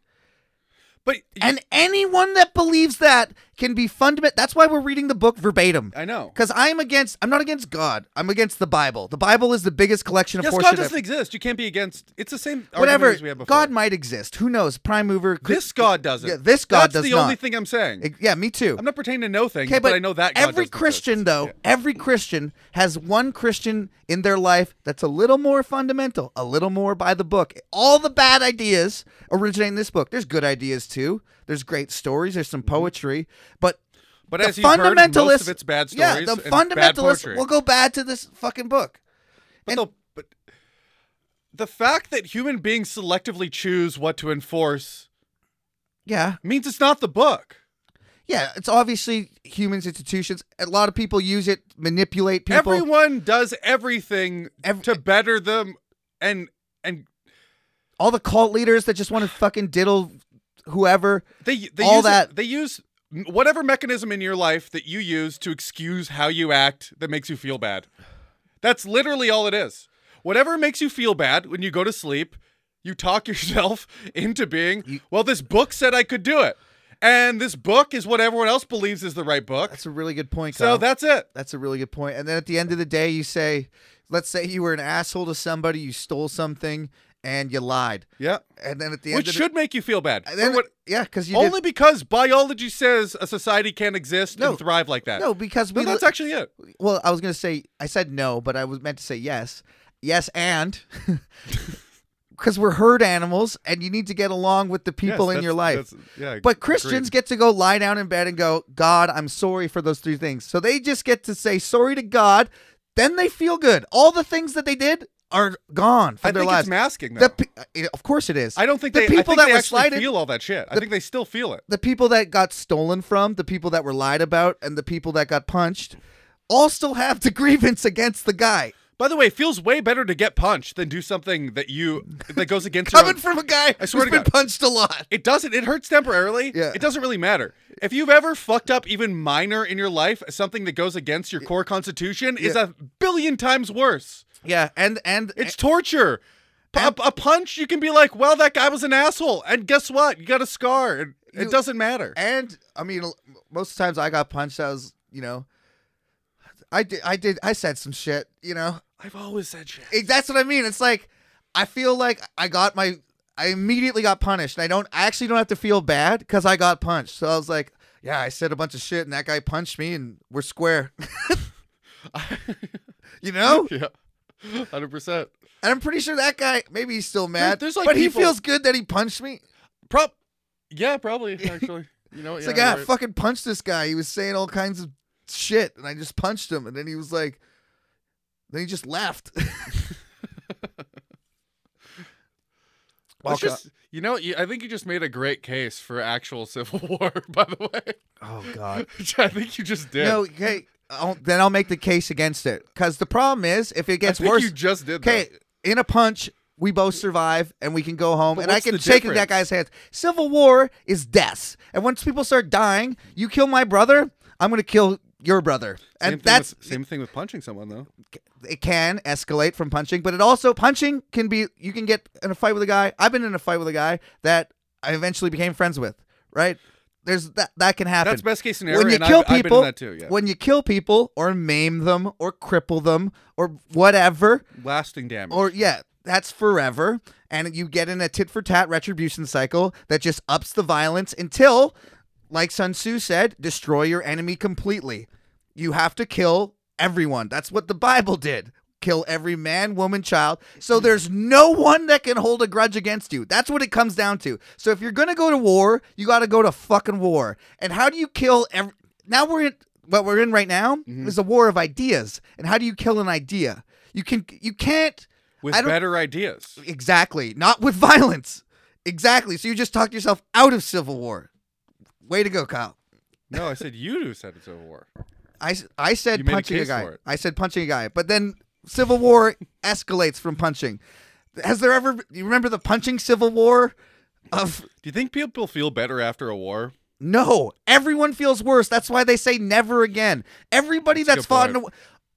but you-
And anyone that believes that can be fundamental. That's why we're reading the book verbatim.
I know.
Because I'm against, I'm not against God. I'm against the Bible. The Bible is the biggest collection of
Yes,
horseshit
God
I've
doesn't exist. You can't be against. It's the same. argument
whatever
as we had before.
God might exist. Who knows? Prime mover. cre-
this God doesn't.
Yeah, this God
That's
does
the
not.
only thing I'm saying.
Ex- yeah, me too.
I'm not pretending to know things,
okay,
but, I know that God
every
doesn't
Christian
exist.
though, every Christian has one Christian in their life that's a little more fundamental, a little more by the book. All the bad ideas originate in this book. There's good ideas too. There's great stories. There's some poetry, but
But
the
Mm-hmm. as you've heard, most
fundamentalists,
of it's bad stories
yeah, the
and bad
fundamentalists
poetry.
will go bad to this fucking book.
But,
and-
they'll- but the fact that human beings selectively choose what to enforce
Yeah.
means it's not the book.
Yeah. It's obviously humans, institutions. A lot of people use it, manipulate people.
Everyone does everything
Ev-
to better them and and
All the cult leaders that just want to fucking diddle whoever.
they they
All
use it-
that-
they use m- whatever mechanism in your life that you use to excuse how you act that makes you feel bad. That's literally all it is. Whatever makes you feel bad when you go to sleep, you talk yourself into being, well, this book said I could do it. And this book is what everyone else believes is the right book.
That's a really good point.
So
Kyle.
that's it.
That's a really good point. And then at the end of the day, you say, let's say you were an asshole to somebody, you stole something, and you lied.
Yeah.
And then at the end
Which
of
should make you feel bad.
the,
Or
and then,
what-
yeah, because you did-
only because biology says a society can't exist
No.
and thrive like that.
no, because
No,
we
that's
li-
actually it.
well, I was gonna say I said no, but I was meant to say yes, yes, and because we're herd animals, and you need to get along with the people
Yes,
in your life.
that's- that's- Yeah,
But Christians get to go lie down in bed and go, God, I'm sorry for those three things. So they just get to say sorry to God. Then they feel good. All the things that they did are gone from
I
their
think
lives.
it's masking though.
The pe- it- of course it is.
I don't think
the
they,
people
I think
that
they
were
actually
slighted-
feel all that shit. I think they still feel it.
the people that got stolen from, the people that were lied about, and the people that got punched, all still have the grievance against the guy
By the way, it feels way better to get punched than do something that you that goes against your
coming
own-
from a guy
I swear
who's
to
been
God.
punched a lot.
It doesn't. It hurts temporarily.
Yeah.
It doesn't really matter. If you've ever fucked up even minor in your life, something that goes against your core constitution is
Yeah.
a billion times worse.
Yeah, and and
It's torture. P- A, a punch, you can be like, well, that guy was an asshole. And guess what? You got a scar. It,
You-
it doesn't matter.
And I mean, l- most of the times I got punched, I was, you know, I did, I did, I said some shit, you know.
I've always said shit.
It- that's what I mean. It's like I feel like I got my, I immediately got punished. And I don't, I actually don't have to feel bad because I got punched. So I was like, yeah, I said a bunch of shit, and that guy punched me, and we're square. you know,
yeah. 100%.
and I'm pretty sure that guy maybe he's still mad,
there's, like,
but
people-
he feels good that he punched me.
Prob- yeah, probably, actually. You know what?
It's
Yeah,
like,
you're
ah, I
right.
fucking punched this guy. He was saying all kinds of shit, and I just punched him, and then he was like, then he just left.
Let's
Walk
just, you know, you, I think you just made a great case for actual civil war, by the way.
Oh God.
Which I think you just did.
No, okay. I'll, then I'll make the case against it, because the problem is if it
I
gets
think
worse.
you just did that.
Okay, in a punch, we both survive and we can go home,
But
and I
what's
can
the
shake that
difference?
guy's hands. Civil war is deaths, and once people start dying, you kill my brother, I'm gonna kill your brother,
Same
and
thing
that's
with, same thing with punching someone though.
it can escalate from punching, but it also punching can be you can get in a fight with a guy. I've been in a fight with a guy that I eventually became friends with, right? There's that that can happen.
That's best case scenario.
when you
and
kill
I've, I've been
people,
in that too. Yeah.
when you kill people or maim them or cripple them or whatever,
Lasting damage.
or yeah, that's forever. And you get in a tit for tat retribution cycle that just ups the violence until, like Sun Tzu said, destroy your enemy completely. You have to kill everyone. That's what the Bible did. Kill every man, woman, child. So there's no one that can hold a grudge against you. That's what it comes down to. So if you're gonna go to war, you got to go to fucking war. And how do you kill every? Now we're in what we're in right now is a war of ideas. And how do you kill an idea? You can you can't
with
I don't-
better ideas.
Exactly. Not with violence. Exactly. So you just talked yourself out of civil war. Way to go, Kyle.
No, I said you do said it's a war.
I, s- I said
You made a
punching a,
case
guy.
for it.
I said punching a guy. But then civil war escalates from punching. Has there ever you remember the punching civil war of
Do you think people feel better after a war?
no, everyone feels worse. That's why they say never again. Everybody
That's
that's,
a good
fought in a,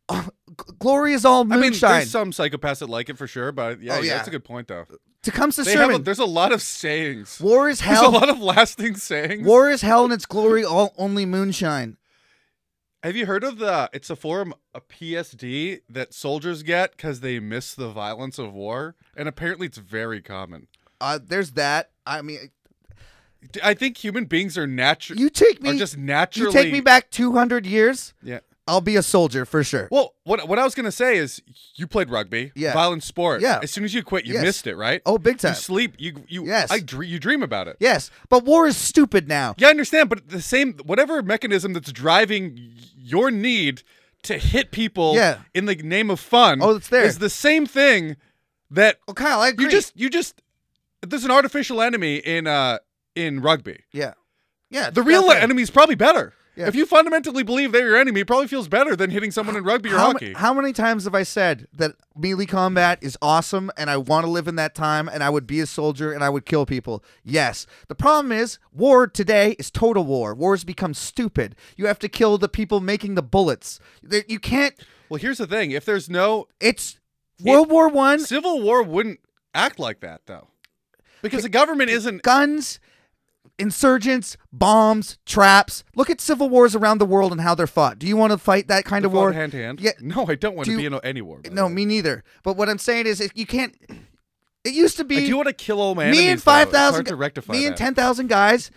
oh, g- glory is all
I mean,
moonshine.
there's some psychopaths that like it for sure, but yeah,
Oh, yeah.
that's a good point though.
Tecumseh
They have a,
Sherman,
there's a lot of sayings.
war is
There's a
hell.
lot of lasting sayings.
War is hell and its glory all only moonshine.
Have you heard of the? It's a form of PSD that soldiers get because they miss the violence of war, and apparently it's very common.
Uh, there's that. I mean,
D- I think human beings are natural.
you take
Are
me.
just naturally.
you take me back 200 years.
Yeah.
I'll be a soldier for sure.
Well, what what I was gonna say is you played rugby,
Yeah.
violent sport.
Yeah.
As soon as you quit, you
Yes.
missed it, right?
Oh, big
you
time.
sleep. You you.
Yes.
I dre- you dream about it.
Yes, but war is stupid now.
Yeah, I understand, but the same whatever mechanism that's driving y- your need to hit people
Yeah.
in the name of fun
Oh, it's there.
is the same thing that
Well, Kyle, I agree.
you just you just there's an artificial enemy in uh in rugby.
yeah, yeah.
The real
definitely.
enemy is probably better.
Yeah.
If you fundamentally believe they're your enemy, it probably feels better than hitting someone in rugby or
how, ma-
hockey.
how many times have I said that melee combat is awesome and I want to live in that time and I would be a soldier and I would kill people? Yes. The problem is, war today is total war. Wars become stupid. You have to kill the people making the bullets. There- You can't.
well, here's the thing: if there's no
It's World War One.
Civil War, wouldn't act like that though, because the government isn't.
Guns, insurgents, bombs, traps. Look at civil wars around the world and how they're fought. Do you want to fight that kind of war?
hand to hand.
Yeah.
No, I don't want
Do
to
you-
be in any war. by the
No,
way.
me neither. But what I'm saying is, if you can't. It used to be.
I do want to kill old man.
me and five thousand,
to rectify
me and
that.
ten thousand guys.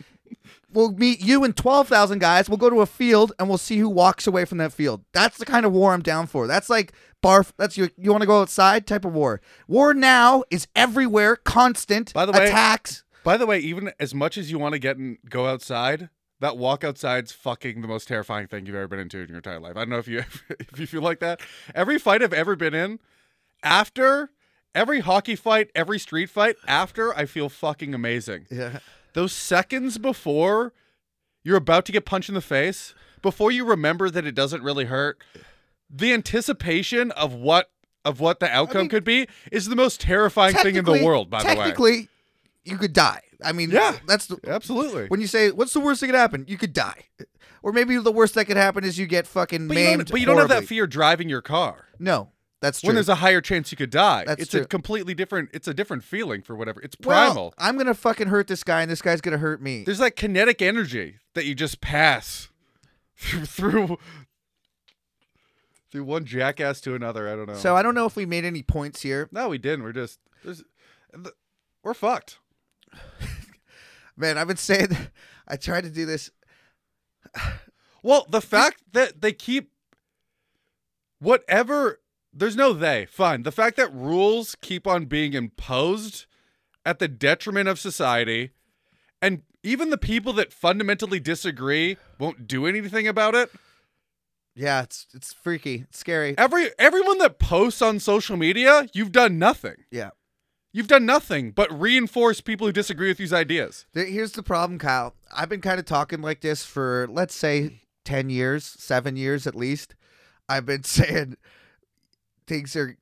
We'll meet you and twelve thousand guys. We'll go to a field and we'll see who walks away from that field. That's the kind of war I'm down for. That's like barf. That's you. You want to go outside type of war. War now is everywhere, constant.
By the way-
attacks.
By the way, even as much as you want to get and go outside, that walk outside's fucking the most terrifying thing you've ever been into in your entire life. I don't know if you if you feel like that. Every fight I've ever been in, after every hockey fight, every street fight, after I feel fucking amazing.
Yeah.
Those seconds before you're about to get punched in the face, before you remember that it doesn't really hurt, the anticipation of what of what the outcome
mean,
could be is the most terrifying thing in the
Technically-
world. By the way,
technically, you could die. I mean,
Yeah.
That's the,
absolutely.
when you say, "What's the worst that could happen?" You could die, or maybe the worst that could happen is you get fucking
But you,
maimed.
don't, but you don't have that
horribly.
fear driving your car
No, that's true.
when there's a higher chance you could die.
That's
it's a
true.
completely different. It's a different feeling for whatever. It's
Well,
primal.
I'm gonna fucking hurt this guy, and this guy's gonna hurt me.
there's that kinetic energy that you just pass through through, through one jackass to another. I don't know.
So I don't know if we made any points here,
no, we didn't. We're just there's, th- we're fucked.
man. I've been saying, I tried to do this.
Well, the fact that they keep whatever there's no they, fine. The fact that rules keep on being imposed at the detriment of society and even the people that fundamentally disagree won't do anything about it.
Yeah, it's it's freaky, it's scary.
Every everyone that posts on social media, you've done nothing.
Yeah.
You've done nothing but reinforce people who disagree with these ideas.
There- Here's the problem, Kyle. I've been kind of talking like this for let's say ten years, seven years at least. I've been saying things are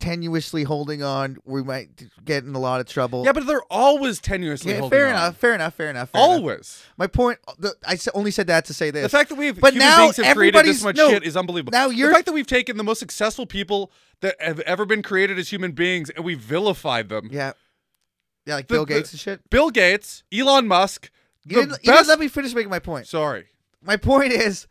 tenuously holding on. We might get in a lot of trouble.
Yeah, but they're always tenuously
Yeah,
holding
fair
on.
enough, fair enough, fair enough. fair enough.
Always.
My point. The, I s- only said that to say this.
The fact that we've
But
human
now
beings have created
everybody's-
this much
no,
shit is unbelievable.
now you're-
the fact that we've taken the most successful people that have ever been created as human beings and we vilified them.
yeah, yeah, like
The-
Bill
the-
Gates and shit.
Bill Gates, Elon Musk, the
You didn't,
best.
you didn't let me finish making my point.
Sorry,
My point is,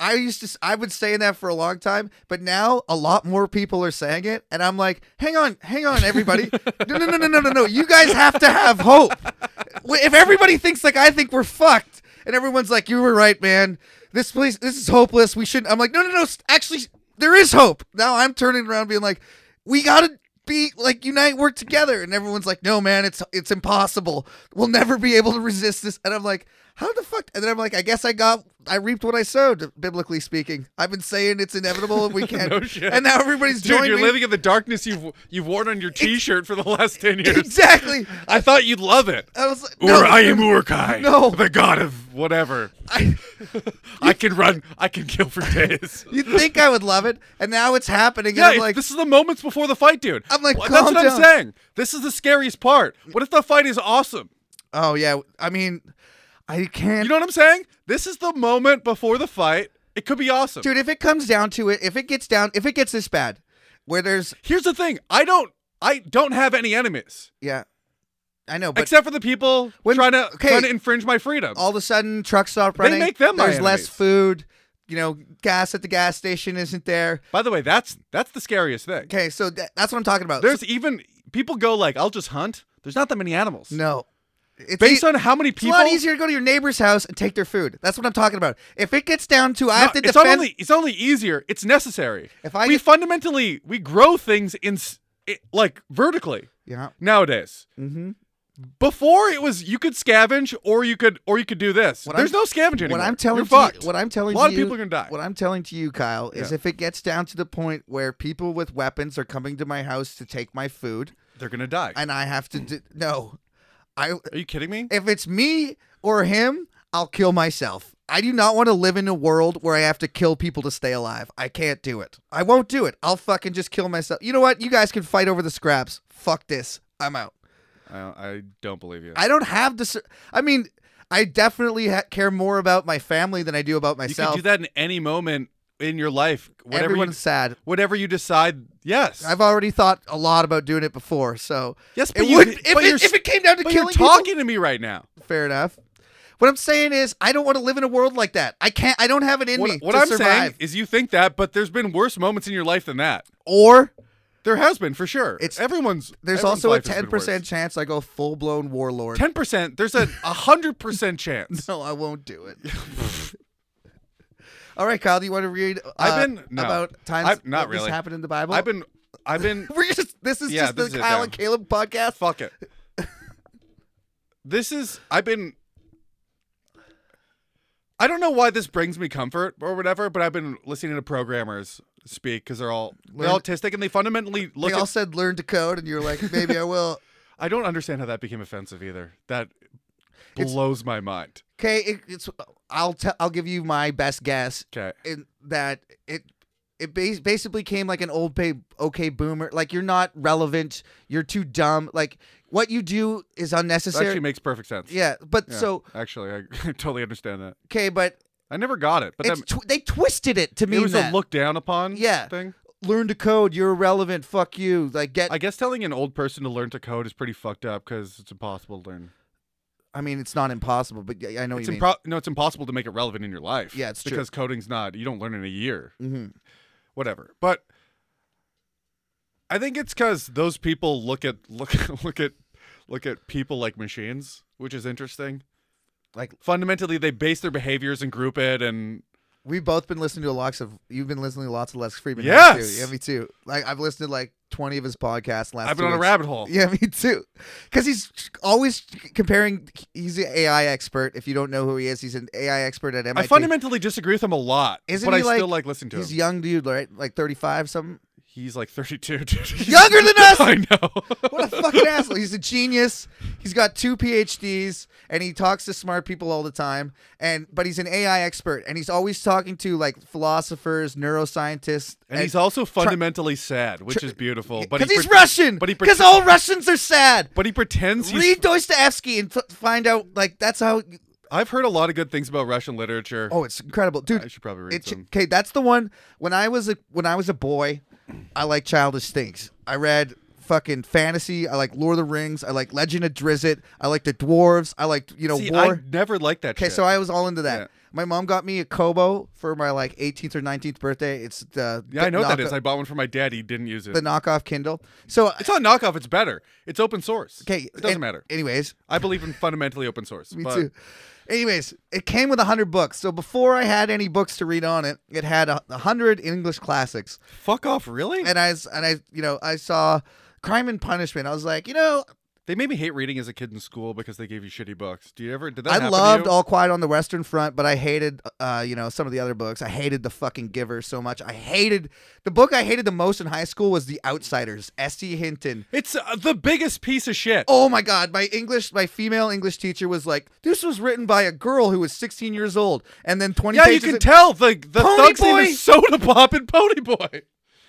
I used to, s- I would say that for a long time, but now a lot more people are saying it, and I'm like, hang on, hang on, everybody, no, no, no, no, no, no, no, you guys have to have hope. W- If everybody thinks like I think, we're fucked, and everyone's like, you were right, man. This place, this is hopeless. We shouldn't. I'm like, no, no, no. s- Actually, there is hope. Now I'm turning around, being like, we gotta be like unite work together and everyone's like no man it's it's impossible we'll never be able to resist this and i'm like how the fuck and then i'm like i guess i got i reaped what i sowed biblically speaking i've been saying it's inevitable and we can't
No shit.
and now everybody's
dude,
joining
you're
me
living in the darkness you've you've worn on your T-shirt for the last ten years.
exactly
I thought you'd love it.
i was like
Or
no,
I am Urkai,
No.
the god of whatever.
I-
I can run. I can kill for days.
you'd think i would love it and now it's happening and
Yeah,
i'm
if-
like
this is the moments before the fight, dude.
I'm like,
Wha- that's
calm
what
down.
I'm saying. This is the scariest part. What if the fight is awesome?
oh yeah i mean i can't
You know what I'm saying? This is the moment before the fight. It could be awesome.
dude if it comes down to it if it gets down if it gets this bad where there's
Here's the thing. I don't. I don't have any enemies
yeah i know but
except for the people
When-
trying to
okay.
trying to infringe my freedom.
all of a sudden trucks stop running.
make them my
There's less
enemies.
food. You know, gas at the gas station isn't there.
By the way, that's that's the scariest thing.
Okay, so tha- that's what I'm talking about.
There's even people go like, "I'll just hunt." There's not that many animals.
no. It's
Based
e-
on how many
it's
people,
a lot easier to go to your neighbor's house and take their food. That's what I'm talking about. If it gets down to I have to
it's
defend
not only it's not only easier. It's necessary.
If I
we
get-
fundamentally we grow things in s- it, like vertically
Yeah.
nowadays.
Mm-hmm.
Before it was you could scavenge or you could or you could do this.
What
There's
I'm-
no scavenging anymore.
What I'm telling
You're
to you-
fucked.
what I'm telling
A lot
to
of
you-
people are gonna die.
What I'm telling to you, Kyle, is
Yeah.
if it gets down to the point where people with weapons are coming to my house to take my food,
They're gonna die.
and I have to d no, I
Are you kidding me?
if it's me or him, I'll kill myself. I do not want to live in a world where I have to kill people to stay alive. I can't do it. I won't do it. I'll fucking just kill myself. You know what? You guys can fight over the scraps. Fuck this. I'm out.
I don't, I don't believe you.
I don't have the. sur- I mean, I definitely ha- care more about my family than I do about
you can
myself.
do that in any moment in your life. Whatever
Everyone's
you,
sad.
whatever you decide. Yes.
I've already thought a lot about doing it before, so
yes, but
it
you,
would
but
if,
you're,
it, if it came down to
but you're
killing
talking
people.
to me right now.
Fair enough. What I'm saying is, I don't want to live in a world like that. I can't. I don't have it in me
What, what
to
I'm
survive.
saying is, you think that, but there's been worse moments in your life than that.
Or
There has been for sure.
It's-
everyone's.
there's also a 10% chance I go full blown warlord.
Ten percent. There's a hundred percent chance.
No, I won't do it. All right, Kyle, do you want to read? uh,
I've been- no.
about times
I've- not
that this
really.
happened in the Bible.
I've been. I've been.
We're just. This is
Yeah,
just
this
the
is it
Kyle
now.
and Caleb podcast.
fuck it. This is. I've been. I don't know why this brings me comfort or whatever, but I've been listening to programmers speak because they're all they're
Learn-
autistic and they fundamentally look.
they
at-
all said learn to code, and you're like, maybe I will.
I don't understand how that became offensive either. That
It's-
blows my mind.
Okay, it, it's. I'll tell. I'll give you my best guess.
Okay.
in that it it bas- basically came like an old pay okay boomer like you're not relevant you're too dumb like what you do is
That
unnecessary
actually makes perfect sense.
yeah but
Yeah,
so
actually, I totally understand that.
okay but,
I never got it, but that,
it's tw- they twisted it to mean
it was
that
a look down upon
Yeah.
thing.
learn to code you're irrelevant fuck you like get
I
I,
guess telling an old person to learn to code is pretty fucked up because it's impossible to learn.
mean it's not impossible but y- I know what
It's
you
impro- no, it's impossible to make it relevant in your life.
Yeah, it's true.
because coding's not. You don't learn in a year.
mean Mhm.
Whatever, but I think it's because those people look at look look at look at people like machines, which is interesting.
Like-
fundamentally, they base their behaviors and group it, and
we've both been listening to lots of you've been listening to lots of Lex Friedman
Yes!
haven't you? yeah me too like I've listened to like 20 of his podcasts last two
I've been on a
weeks.
rabbit hole.
Yeah, me too. Because he's always comparing. He's an AI expert. If you don't know who he is, he's an AI expert at MIT.
I fundamentally disagree with him a lot,
Isn't
but
he
I
like-
still like listening to him.
He's a young dude, right? Like thirty-five, something.
He's like 32, dude. He's-
Younger than us!
I know.
What a fucking asshole! He's a genius. He's got two PhDs, and he talks to smart people all the time. And but he's an AI expert, and he's always talking to like philosophers, neuroscientists,
and he's also fundamentally sad, which is beautiful. But
because
he
he's
pre-
Russian.
but he pre-
because all Russians are sad.
But he pretends he's.
Read Dostoevsky and f- find out like that's how.
I've heard a lot of good things about Russian literature.
Oh, it's incredible, dude.
I should probably read
It's
some.
okay. That's the one. When I was a when I was a boy, I like childish things. I read fucking fantasy. I like Lord of the Rings. I like Legend of Drizzt. I like the dwarves. I liked you know
See, I
war.
never liked that.
Okay,
shit.
so I was all into that.
Yeah.
My mom got me a Kobo for my like 18th or 19th birthday. It's the
yeah, I know what that
knocko-
is. I bought one for my dad. He didn't use it.
the knockoff Kindle. So
it's not knockoff. It's better. It's open source.
okay,
it doesn't
an-
matter.
Anyways,
I believe in fundamentally open source.
Me
but
too. Anyways, it came with 100 books. So before I had any books to read on it, it had a 100 English classics.
Fuck off, really?
and I s- and I you know I saw Crime and Punishment. I was like, you know,
They made me hate reading as a kid in school because they gave you shitty books. Do you ever? Did that? happen
I
to
loved
you?
All Quiet on the Western Front, but I hated uh you know some of the other books. I hated The Fucking Giver so much. I hated the book I hated the most in high school was The Outsiders. S.T. Hinton.
It's uh, the biggest piece of shit.
Oh my god, my English my female English teacher was like, this was written by a girl who was 16 years old and then 20
Yeah, you
pages
can
in-
tell the the
Pony
thugs name
Boy?
is Soda Pop and Pony Boy.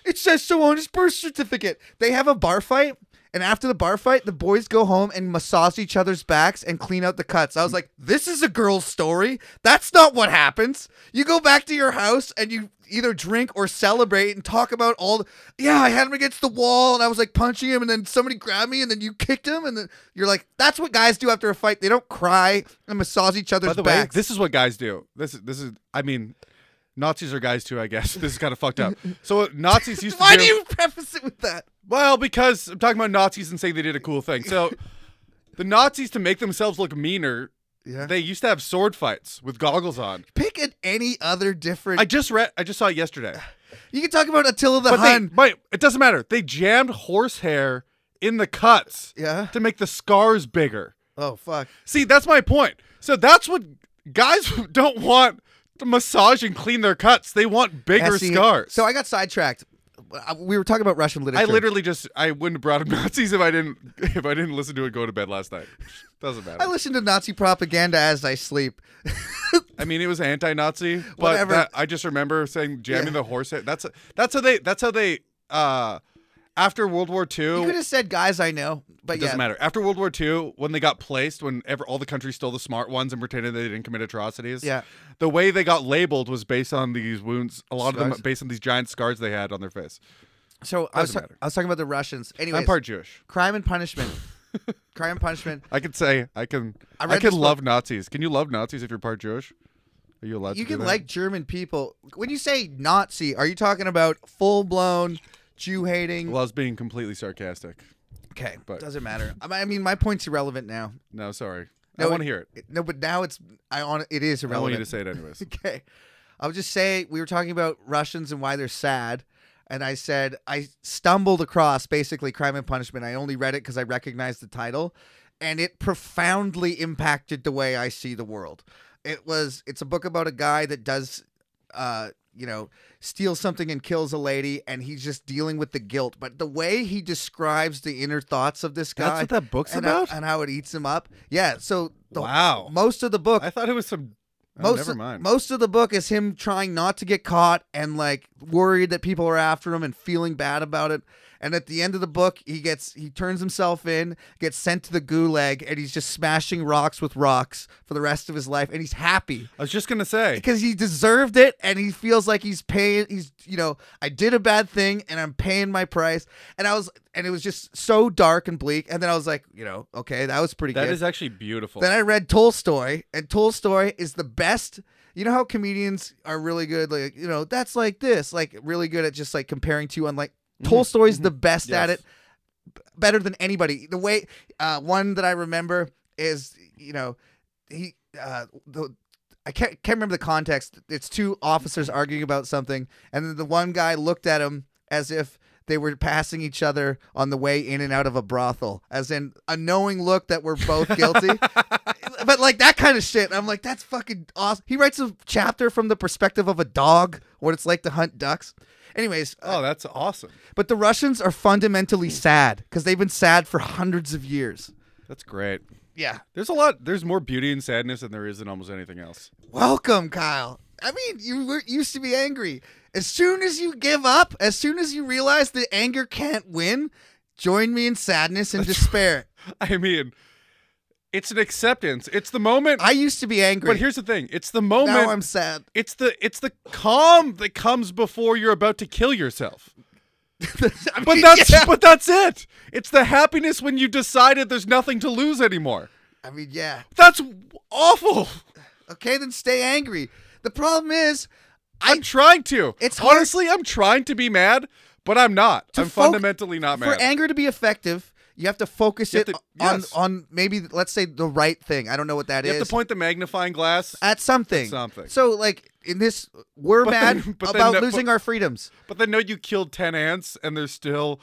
It says so on his birth certificate. They have a bar fight, and after the bar fight, the boys go home and massage each other's backs and clean out the cuts. I was like, this is a girl's story. That's not what happens. You go back to your house and you either drink or celebrate and talk about all. The, yeah, I had him against the wall and I was like punching him, and then somebody grabbed me, and then you kicked him, and then you're like, that's what guys do after a fight. They don't cry and massage each other's
By the way,
backs.
this is what guys do. This is this is. I mean, Nazis are guys too. I guess this is kind of fucked up. So what Nazis used to
Why do you preface it with that?
Well, because I'm talking about Nazis and saying they did a cool thing. So the Nazis to make themselves look meaner,
Yeah.
they used to have sword fights with goggles on.
Pick an, any other different.
I just read. I just saw it yesterday.
you can talk about Attila the
But they,
Hun.
but it doesn't matter. They jammed horsehair in the cuts
Yeah.
to make the scars bigger.
Oh fuck.
See, that's my point. So that's what guys don't want to massage and clean their cuts. They want bigger
Yeah, see,
scars.
E So I got sidetracked. Uh, We were talking about Russian
I
literature.
literally just I wouldn't have brought up Nazis if I didn't if I didn't listen to it go to bed last night. Doesn't matter.
I listen to Nazi propaganda as I sleep.
I mean, it was anti-Nazi, but
Whatever.
that, I just remember saying jamming
Yeah.
the horse. head. That's that's how they that's how they uh after World War
You
II.
could have said guys I know, but
it
yeah.
doesn't matter. After World War II, when they got placed, when ever all the countries stole the smart ones and pretended they didn't commit atrocities,
Yeah.
the way they got labeled was based on these wounds. A lot of them
Scars.
based on these giant scars they had on their face.
So I was,
Doesn't
ta-
matter.
I was talking about the Russians. Anyway,
I'm part Jewish.
crime and punishment. crime and punishment.
I could say I can.
I
I,
read
can
this book-
love Nazis. Can you love Nazis if you're part Jewish? Are you allowed?
You
to do
can
that?
like German people. When you say Nazi, are you talking about full blown Jew hating?
Well, I was being completely sarcastic.
okay,
but-
doesn't matter. I mean- I mean, my point's irrelevant now.
No, sorry.
No,
I want
it-
to hear it.
No, but now it's I on it is
I want you to
irrelevant.
say it anyways.
Okay, I was just saying we were talking about Russians and why they're sad, and I said I stumbled across basically Crime and Punishment. I only read it because I recognized the title, and it profoundly impacted the way I see the world. It was it's a book about a guy that does uh, you know, steals something and kills a lady, and he's just dealing with the guilt. But the way he describes the inner thoughts of this guy,
That's what that book's
and
about.
How, and how it eats him up. Yeah. So the,
wow.
most of the book,
I thought it was some. oh,
most
never
of,
mind.
most of the book is him trying not to get caught and like worried that people are after him and feeling bad about it. And at the end of the book, he gets he turns himself in, gets sent to the gulag, and he's just smashing rocks with rocks for the rest of his life, and he's happy
I was just gonna say.
because he deserved it and he feels like he's paying he's you know i did a bad thing and i'm paying my price and i was and it was just so dark and bleak and then i was like you know okay that was pretty
That
good
is actually beautiful.
then i read tolstoy and tolstoy is the best you know how comedians are really good like you know that's like this like really good at just like comparing two unlike tolstoy's the best at
Mm-hmm. Yes.
it b- better than anybody the way uh one that i remember is you know he uh the I can't, can't remember the context. It's two officers arguing about something, and then the one guy looked at him as if they were passing each other on the way in and out of a brothel, as in a knowing look that we're both guilty. but like that kind of shit, I'm like, that's fucking awesome. He writes a chapter from the perspective of a dog, what it's like to hunt ducks. Anyways, uh,
oh, that's awesome.
but the Russians are fundamentally sad because they've been sad for hundreds of years.
That's great.
Yeah.
There's a lot. There's more beauty and sadness than there is in almost anything else.
Welcome, Kyle. I mean, you were, used to be angry. As soon as you give up, as soon as you realize that anger can't win, join me in sadness and despair.
I mean, it's an acceptance. It's the moment.
I used to be angry.
but here's the thing. It's the moment.
now I'm sad.
it's the it's the calm that comes before you're about to kill yourself.
I
But
mean,
that's
yeah.
but that's it. It's the happiness when you decided there's nothing to lose anymore.
I mean, yeah.
That's awful.
Okay, then stay angry. The problem is
I, am trying to.
It's hard-
honestly, I'm trying to be mad, but I'm not.
To
I'm
foc-
fundamentally not
for
mad.
anger to be effective, you have to focus
You
it
have to-
on
yes.
on maybe let's say the right thing. I don't know what that is.
you have to point the magnifying glass,
at something.
something.
So like in this we're
But
mad
then- but then
about
no-
losing our freedoms.
but then know you killed ten ants, and there's still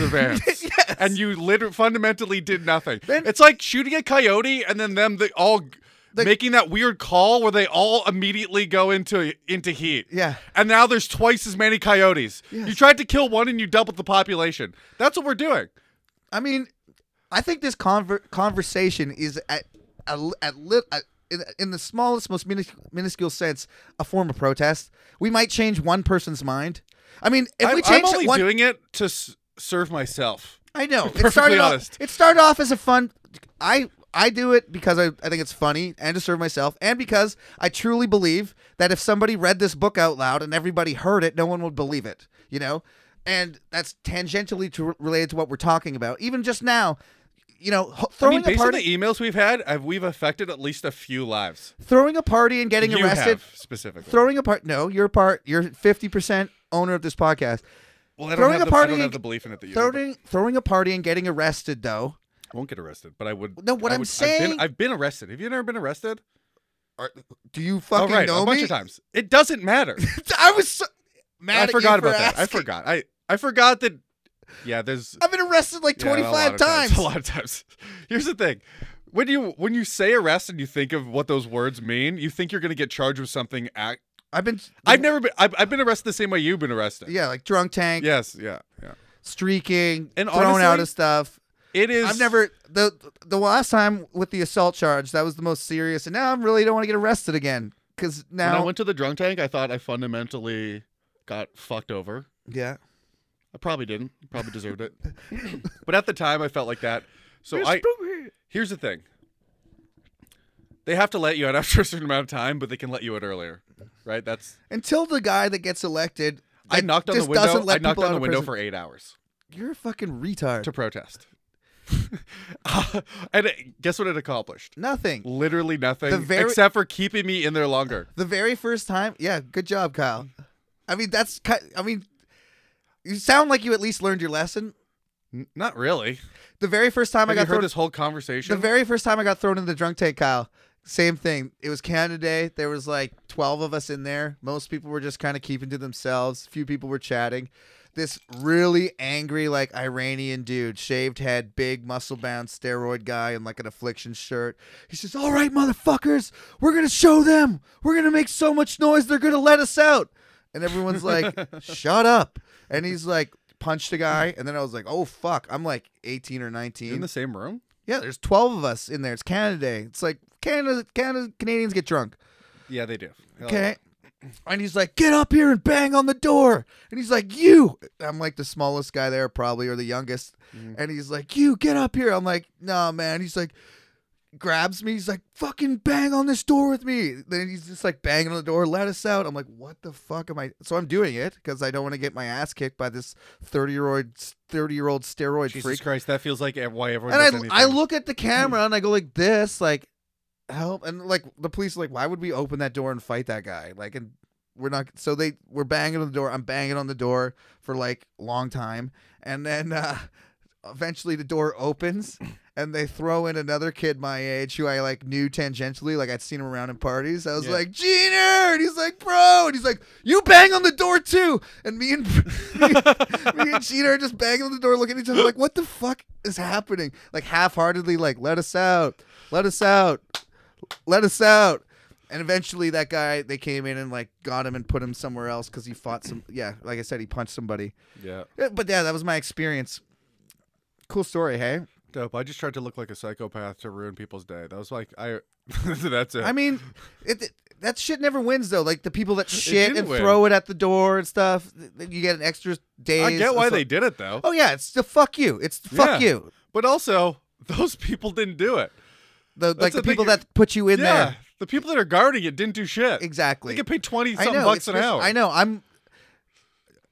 of ants,
Yes.
and you literally fundamentally did nothing.
Then-
it's like shooting a coyote, and then them they all. g-
The-
making that weird call where they all immediately go into into heat.
Yeah.
And now there's twice as many coyotes. You
Yes.
tried to kill one and you doubled the population. That's what we're doing.
I mean, I think this conver- conversation is at at, at, li- at in, in the smallest, most minis- minuscule sense, a form of protest. We might change one person's mind. I mean, if
I'm,
we change
I'm only
one,
doing it to s- serve myself.
I know it
perfectly
started
honest.
off. It started off as a fun. I I do it because I, I think it's funny and to serve myself, and because I truly believe that if somebody read this book out loud and everybody heard it, no one would believe it. You know, and that's tangentially to, related to what we're talking about. Even just now, you know, ho-
I
throwing
mean, based
a
on
party,
the emails we've had, I've, we've affected at least a few lives.
throwing a party and getting
you
arrested,
have specifically.
throwing a part. No, you're a part. You're fifty percent owner of this podcast.
well, I don't,
throwing
have
a
the, I
party
don't
and-
have the belief in it that you do, but
Throwing throwing a party and getting arrested though.
I won't get arrested, but I would.
No, what
I
I'm
would- I've
saying-
been, I've been arrested. Have you never been arrested?
Do you fucking
oh, right,
know
a bunch
me?
of times. It doesn't matter.
I was so mad.
I
at you
forgot
for
about that. I
asking.
forgot. I I forgot that Yeah, there's
I've been arrested like
yeah, a
25
lot of
times.
A lot of times. Here's the thing. When you when you say arrest and you think of what those words mean, you think you're gonna get charged with something. Act.
I've been
I've never been. I've, I've been arrested the same way you've been arrested.
yeah, like drunk tank,
Yes. Yeah. Yeah.
streaking,
And
thrown out
honestly,
of stuff.
It is.
I've never the the last time with the assault charge that was the most serious, and now I really don't want to get arrested again because
When I
now
went to the drunk tank, I thought I fundamentally got fucked over.
yeah,
I probably didn't. Probably deserved it. but at the time, I felt like that. So I. Here's the thing. They have to let you out after a certain amount of time, but they can let you out earlier, right? That's.
until the guy that gets elected,
I
that
knocked on the
just
window.
Doesn't
I
let
knocked
people
on
out
the
of
window
prison.
for eight hours.
You're a fucking retard.
to protest. Uh, and it- guess what it accomplished?
Nothing.
Literally nothing
The very-
except for keeping me in there longer.
The very first time, yeah, good job, Kyle. I mean, that's ki- I mean, you sound like you at least learned your lesson.
N- Not really.
The very first time
Have
I
you
got
heard
thrown,
this whole
the
conversation?
very first time I got thrown in the drunk tank, Kyle. Same thing. It was Canada Day. There was like twelve of us in there. Most people were just kind of keeping to themselves. Few people were chatting. This really angry, like Iranian dude, shaved head, big muscle bound steroid guy in like an affliction shirt. He says, All right, motherfuckers, we're gonna show them. We're gonna make so much noise they're gonna let us out. And everyone's like, Shut up. And he's like punched a guy, and then I was like, Oh fuck. I'm like eighteen or nineteen.
in the same room?
Yeah, there's 12 of us in there. It's Canada Day. It's like Canada, Canada, Canadians get drunk.
Yeah, they do. Hell yeah.
Okay. And he's like, get up here and bang on the door. And he's like, you. I'm like the smallest guy there, probably, or the youngest. And he's like, you, get up here. I'm like, nah, man. He's like, grabs me. He's like, fucking bang on this door with me. Then he's just like banging on the door, let us out. I'm like, what the fuck am I? So I'm doing it because I don't want to get my ass kicked by this 30 year old, 30 year old steroid
Jesus
freak
Christ, that feels like ev- why everyone does
and
anything.
I, I look at the camera and I go like this, like help, and like the police are like, why would we open that door and fight that guy? Like, and we're not. So they we're banging on the door. I'm banging on the door for like long time, and then uh, eventually the door opens. And they throw in another kid my age who I like knew tangentially, like I'd seen him around in parties. I was
Yeah.
like, Gina, and he's like, bro, and he's like, you bang on the door too. And me and me and Cheetah are just banging on the door, looking at each other like, "What the fuck is happening?" Like half-heartedly, like, "Let us out, let us out, let us out." And eventually, that guy they came in and like got him and put him somewhere else because he fought some. Yeah, like I said, he punched somebody.
yeah.
Yeah, But yeah, that was my experience. Cool story, hey.
Dope. I just tried to look like a psychopath to ruin people's day. That was like I that's it.
I mean, it, it- that shit never wins though. Like the people that shit
didn't
and
win.
throw it at the door and stuff, th- th- you get an extra day.
I get why they did it though.
Oh yeah, it's the fuck you. It's the fuck
Yeah.
you.
But also, those people didn't do it.
The like
the
the
thing
people
you-
that put you in
yeah.
there.
The people that are guarding it didn't do shit. They
Exactly.
get paid twenty
I
something
know,
bucks
it's
an
just-
hour.
I know. I'm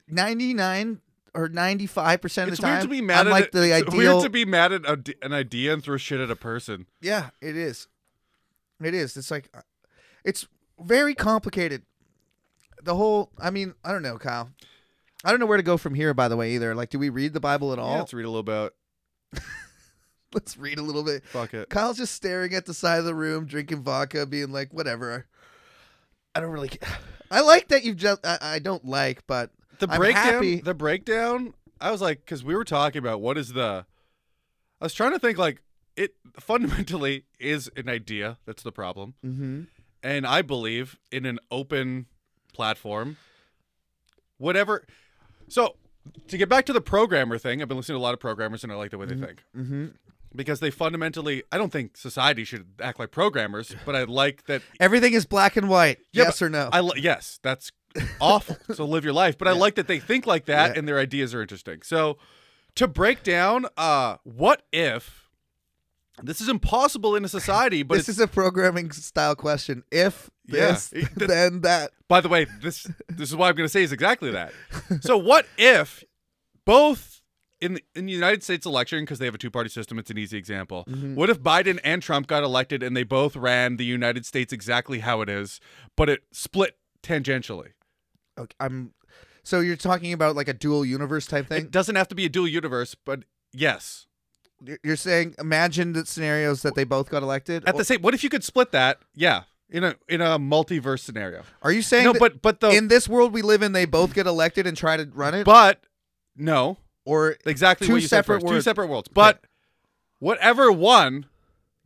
99 or 95 percent of
It's
the time.
weird to be mad
I'm
at
like
it-
the
it's
ideal.
Weird to be mad at a d an idea and throw shit at a person.
yeah, it is. It is. It's like, uh, it's very complicated. The whole. I mean, I don't know, Kyle. I don't know where to go from here. By the way, either. Like, do we read the Bible at all?
Yeah, let's read a little about.
Let's read a little bit.
Fuck it.
Kyle's just staring at the side of the room, drinking vodka, being like, whatever. I don't really. Care. I like that you've just. I, I don't like, but
The
I'm
breakdown.
happy-
The breakdown. I was like, because we were talking about what is the. I was trying to think like it fundamentally is an idea that's the problem,
mm-hmm.
and I believe in an open platform. Whatever. So to get back to the programmer thing, I've been listening to a lot of programmers, and I like the way they think.
Mm-hmm.
because they fundamentally I don't think society should act like programmers, but I like that
Everything is black and white.
Yeah,
yes or no?
I li- yes, that's awful to live your life, but I like that they think like that
Yeah.
and their ideas are interesting. So to break down uh what if this is impossible in a society, but
this
it's,
is a programming style question. If
Yeah,
this,
it- that-
then that.
by the way, this this is what I'm going to say is exactly that. So what if both in the, in the United States election because they have a two-party system, it's an easy example.
Mm-hmm.
What if Biden and Trump got elected and they both ran the United States exactly how it is, but it split tangentially?
Okay, I'm. So you're talking about like a dual universe type
It
thing.
doesn't have to be a dual universe, but yes.
You're- You're saying imagine the scenarios that they both got elected.
At
Or-
the same what if you could split that? Yeah. In a in a multiverse scenario.
Are you saying
No,
that
but but the
in this world we live in, they both get elected and try to run it?
but no.
or
Exactly
Two
what you
separate
said first. Two
words.
separate worlds. But whatever one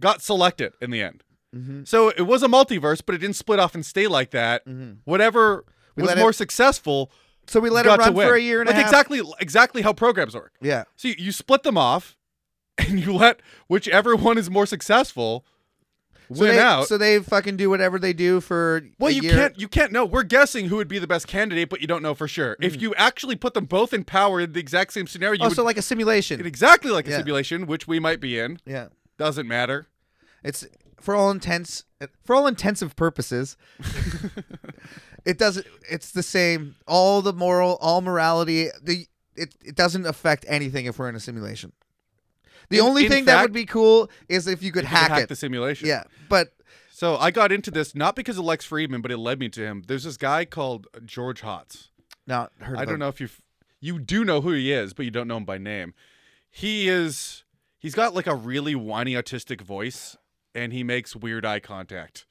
got selected in the end. So it was a multiverse, but it didn't split off and stay like that. Whatever
Mm-hmm. We
was
let it-
more successful
so we let it
got
run
to win.
for a year and
like
a half.
exactly exactly how programs work.
Yeah.
So you, you split them off, and you let whichever one is more successful
So
win
they,
out.
So they fucking do whatever they do for.
well,
a
you
year.
can't you can't know. We're guessing who would be the best candidate, but you don't know for sure. If you actually put them both in power in the exact same scenario, you
Mm. Oh,
would
so like a simulation.
get exactly like a
Yeah.
simulation, which we might be in.
yeah.
Doesn't matter.
It's for all intents for all intensive purposes. it doesn't. It's the same. All the moral, all morality. The it, it doesn't affect anything if we're in a simulation. The
In-
only
in
thing that
fact-
would be cool is if you could
You can
hack, it.
the simulation.
yeah, but
So I got into this not because of Lex Friedman, but it led me to him. There's this guy called George Hotz.
not heard.
I
of
don't
him.
know if you you do know who he is, but you don't know him by name. He is he's got like a really whiny autistic voice and he makes weird eye contact.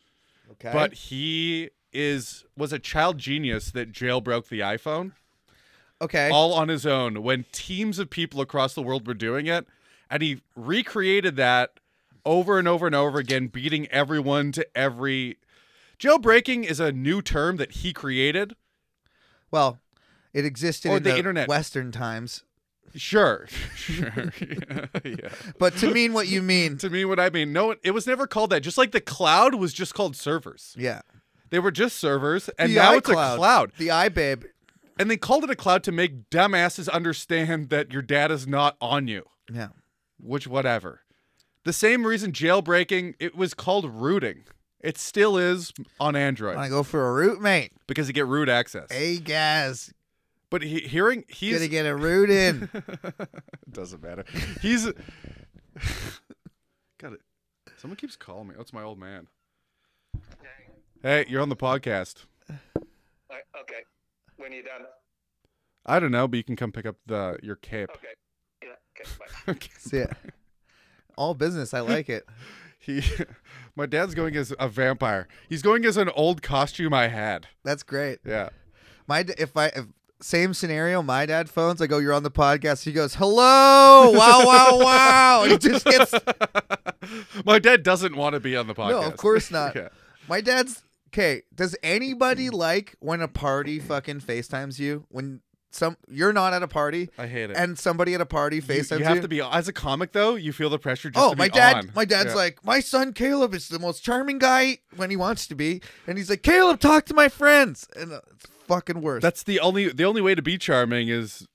Okay.
But he is was a child genius that jailbroke the iPhone
okay.
all on his own when teams of people across the world were doing it and he recreated that over and over and over again beating everyone to every jailbreaking is a new term that he created
well, it existed
Or
in
the internet.
Western times.
sure sure yeah.
But to mean what you mean,
to me what I mean. No, it was never called that. Just like the cloud was just called servers.
yeah.
They were just servers, and
The
now it's
iCloud.
a cloud.
The eye babe.
And they called it a cloud to make dumbasses understand that your data's not on you,
Yeah.
which whatever. The same reason jailbreaking, it was called rooting. It still is on Android
Want to go for a root, mate?
because you get root access.
Hey, guys,
But he, hearing he's
gonna get a root in.
doesn't matter. He's got it. Someone keeps calling me. That's my old man.
Hey,
Hey, you're on the podcast.
I- okay. When you're done.
I don't know, but you can come pick up the your cape.
Okay. Yeah. Okay. Bye.
Okay.
See it. All business. I like it.
He, my dad's going as a vampire. He's going as an old costume I had.
That's great.
Yeah.
My d- if I if same scenario, my dad phones. I go, "You're on the podcast." He goes, "Hello, wow, wow, wow." And he just gets.
my dad doesn't want to be on the podcast.
No, of course not.
Yeah.
My dad's okay. Does anybody like when a party fucking Facetimes you when some you're not at a party
I hate it.
and somebody at a party
you,
Facetimes
you have to be as a comic though. You feel the pressure. just
Oh,
to be
my dad!
on.
My dad's
Yeah.
like, my son Caleb is the most charming guy when he wants to be, and he's like, Caleb, talk to my friends, and uh, it's fucking worse.
That's the only the only way to be charming is,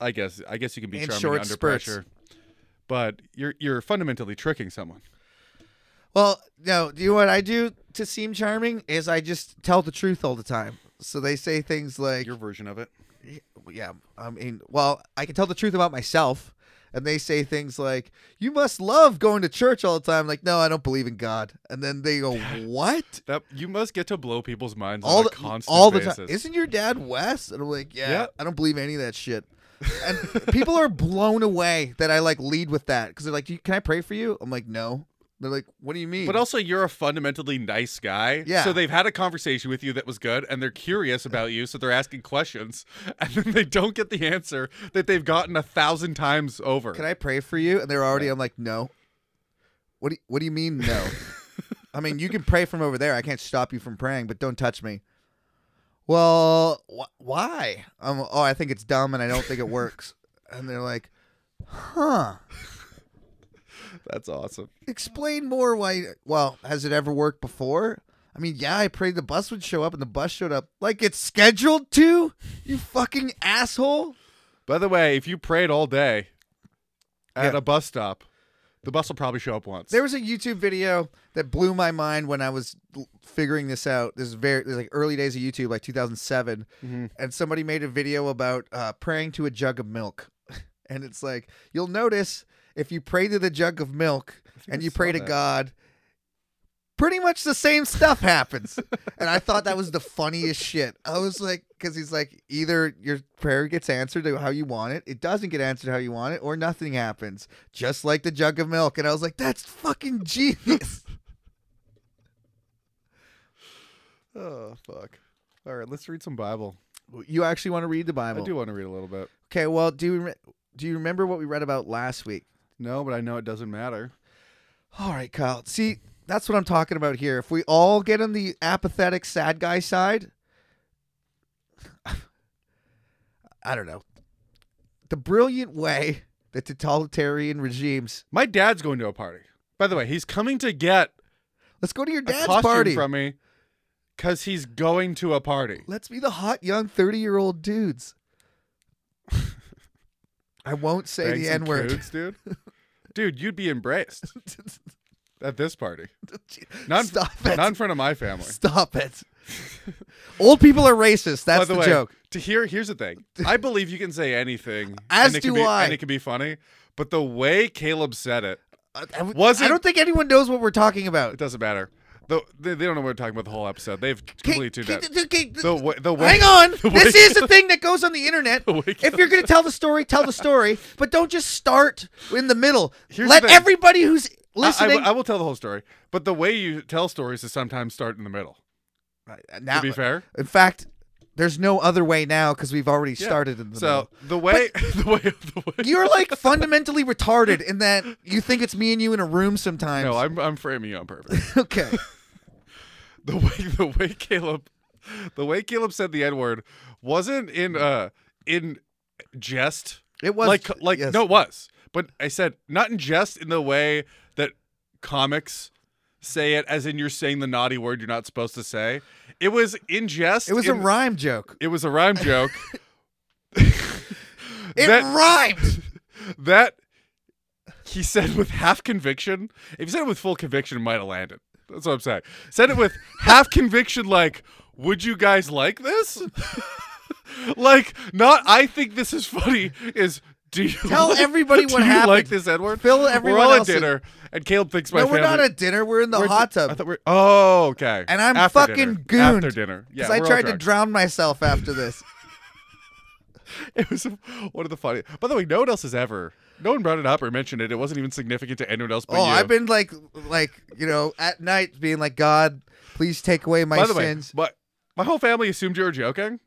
I guess. I guess you can be
In
charming
short
under
spurts.
pressure, but you're you're fundamentally tricking someone.
Well, no, do you know what I do to seem charming is I just tell the truth all the time. So they say things like,
Your version of it.
yeah, I mean, well, I can tell the truth about myself. And they say things like, you must love going to church all the time. Like, no, I don't believe in God. And then they go, what?
That you must get to blow people's minds
All
on
the,
a constant
all the
basis.
time. Isn't your dad Wes? And I'm like, yeah,
Yeah.
I don't believe any of that shit. And people are blown away that I like lead with that because they're like, "You- can I pray for you? I'm like, no. They're like, what do you mean?
But also, you're a fundamentally nice guy.
Yeah.
So they've had a conversation with you that was good, and they're curious about you, so they're asking questions, and then they don't get the answer that they've gotten a thousand times over.
can I pray for you? And they're already, I'm like, no. What do you, what do you mean no? I mean, you can pray from over there. I can't stop you from praying, but don't touch me. Well, wh- why? Um, oh, I think it's dumb and I don't think it works. and they're like, huh.
That's awesome.
Explain more why. Well, has it ever worked before? I mean, yeah, I prayed the bus would show up and the bus showed up. Like it's scheduled to? You fucking asshole.
By the way, if you prayed all day at
Yeah.
a bus stop, the bus will probably show up once.
There was a YouTube video that blew my mind when I was l- figuring this out. This is very this is like early days of YouTube, like 2007, and somebody made a video about uh, praying to a jug of milk, and it's like you'll notice if you pray to the jug of milk and
I
you
saw
pray to
that.
God, pretty much the same stuff happens. and I thought that was the funniest shit. I was like, because he's like, either your prayer gets answered to how you want it, it doesn't get answered how you want it, or nothing happens, just like the jug of milk. And I was like, that's fucking genius.
oh, fuck. All right, let's read some Bible.
you actually want to read the Bible?
I do want to read a little bit.
Okay, well, do you re- Do you remember what we read about last week?
No, but I know it doesn't matter.
All right, Kyle. See, that's what I'm talking about here. If we all get on the apathetic, sad guy side, I don't know. The brilliant way that totalitarian regimes.
My dad's going to a party. By the way, he's coming to get
Let's go to your
a
dad's
costume
party.
from me because he's going to a party.
Let's be the hot young 30 year old dudes. I won't say
Thanks
the
and
N word.
coots, dude. Dude, you'd be embraced at this party. Not,
Stop it.
not in front of my family.
Stop it. old people are racist. That's
By the,
the,
way,
joke.
to hear here's the thing. I believe you can say anything.
As
and it
do
can be,
I.
And it can be funny. But the way Caleb said it,
I- I,
Was
I
it-
don't think anyone knows what we're talking about.
it doesn't matter. The, they, they don't know what we're talking about the whole episode. They've completely
Keep-
tuned out.
keep- keep-
The way, the way,
Hang on.
the
This
way-
is the thing that goes on the internet.
The way
If you're going to tell the story, tell the story, but don't just start in the middle.
Here's
Let
the thing.
everybody who's
I- I will-
listening.
I, will tell the whole story, but the way you tell stories is sometimes start in the middle.
uh, now,
to be fair,
in fact, there's no other way now because we've already
Yeah.
started in the
So the way, the way, the way.
middle. You're like fundamentally retarded in that you think it's me and you in a room sometimes.
no, I'm I'm framing you on purpose.
okay.
the way, the way Caleb, the way Caleb said the N word wasn't in uh in jest.
It was
like
j-
like
yes.
no, it was. But I said not in jest in the way that comics say it, as in you're saying the naughty word you're not supposed to say. It was in jest.
It was a
in-
rhyme joke.
It was a rhyme joke.
It
that,
rhymed.
that he said with half conviction. If he said it with full conviction, it might have landed. That's what I'm saying. Said it with half conviction, like, would you guys like this? like, not I think this is funny. Is do you
Tell
like-
everybody
do
what
you
happened.
Like this, Edward.
Fill
we're
everyone
all at
else in.
dinner, and Caleb thinks my
No, we're
family.
not at dinner. We're in the
we're at
hot
di-
tub.
I thought we're. Oh, okay.
And I'm
After
fucking
dinner. After
gooned,
dinner, yeah.
Because I
we're all
tried to
drunk.
drown myself after this.
It was one of the funny. By the way, no one else has ever. No one brought it up or mentioned it. It wasn't even significant to anyone else but
oh,
you.
I've been like, like you know, at night being like, God, please take away my
By the
sins.
way, but my whole family assumed you were joking,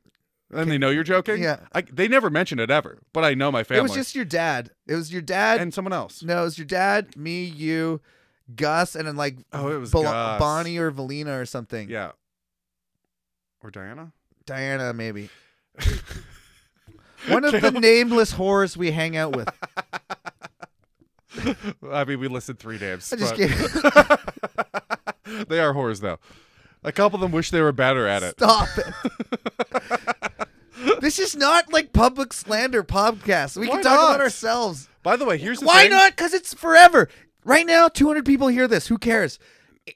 and they know you're joking.
Yeah.
I, they never mentioned it ever, but I know my family
it was just your dad. It was your dad.
and someone else.
no, it was your dad, me, you, Gus, and then like
Oh, it was
Bel-
Gus.
Bonnie or Valina or something.
Yeah. Or Diana.
Diana maybe. One of the
Caleb-
nameless whores we hang out with.
I mean, we listed three names.
I just
but-
can't
they are whores though. A couple of them wish they were better at it.
stop it. this is not like public slander podcast. We
Why
can talk
not?
about ourselves.
By the way, here's the
Why
thing.
not? Because it's forever. Right now, 200 people hear this. Who cares?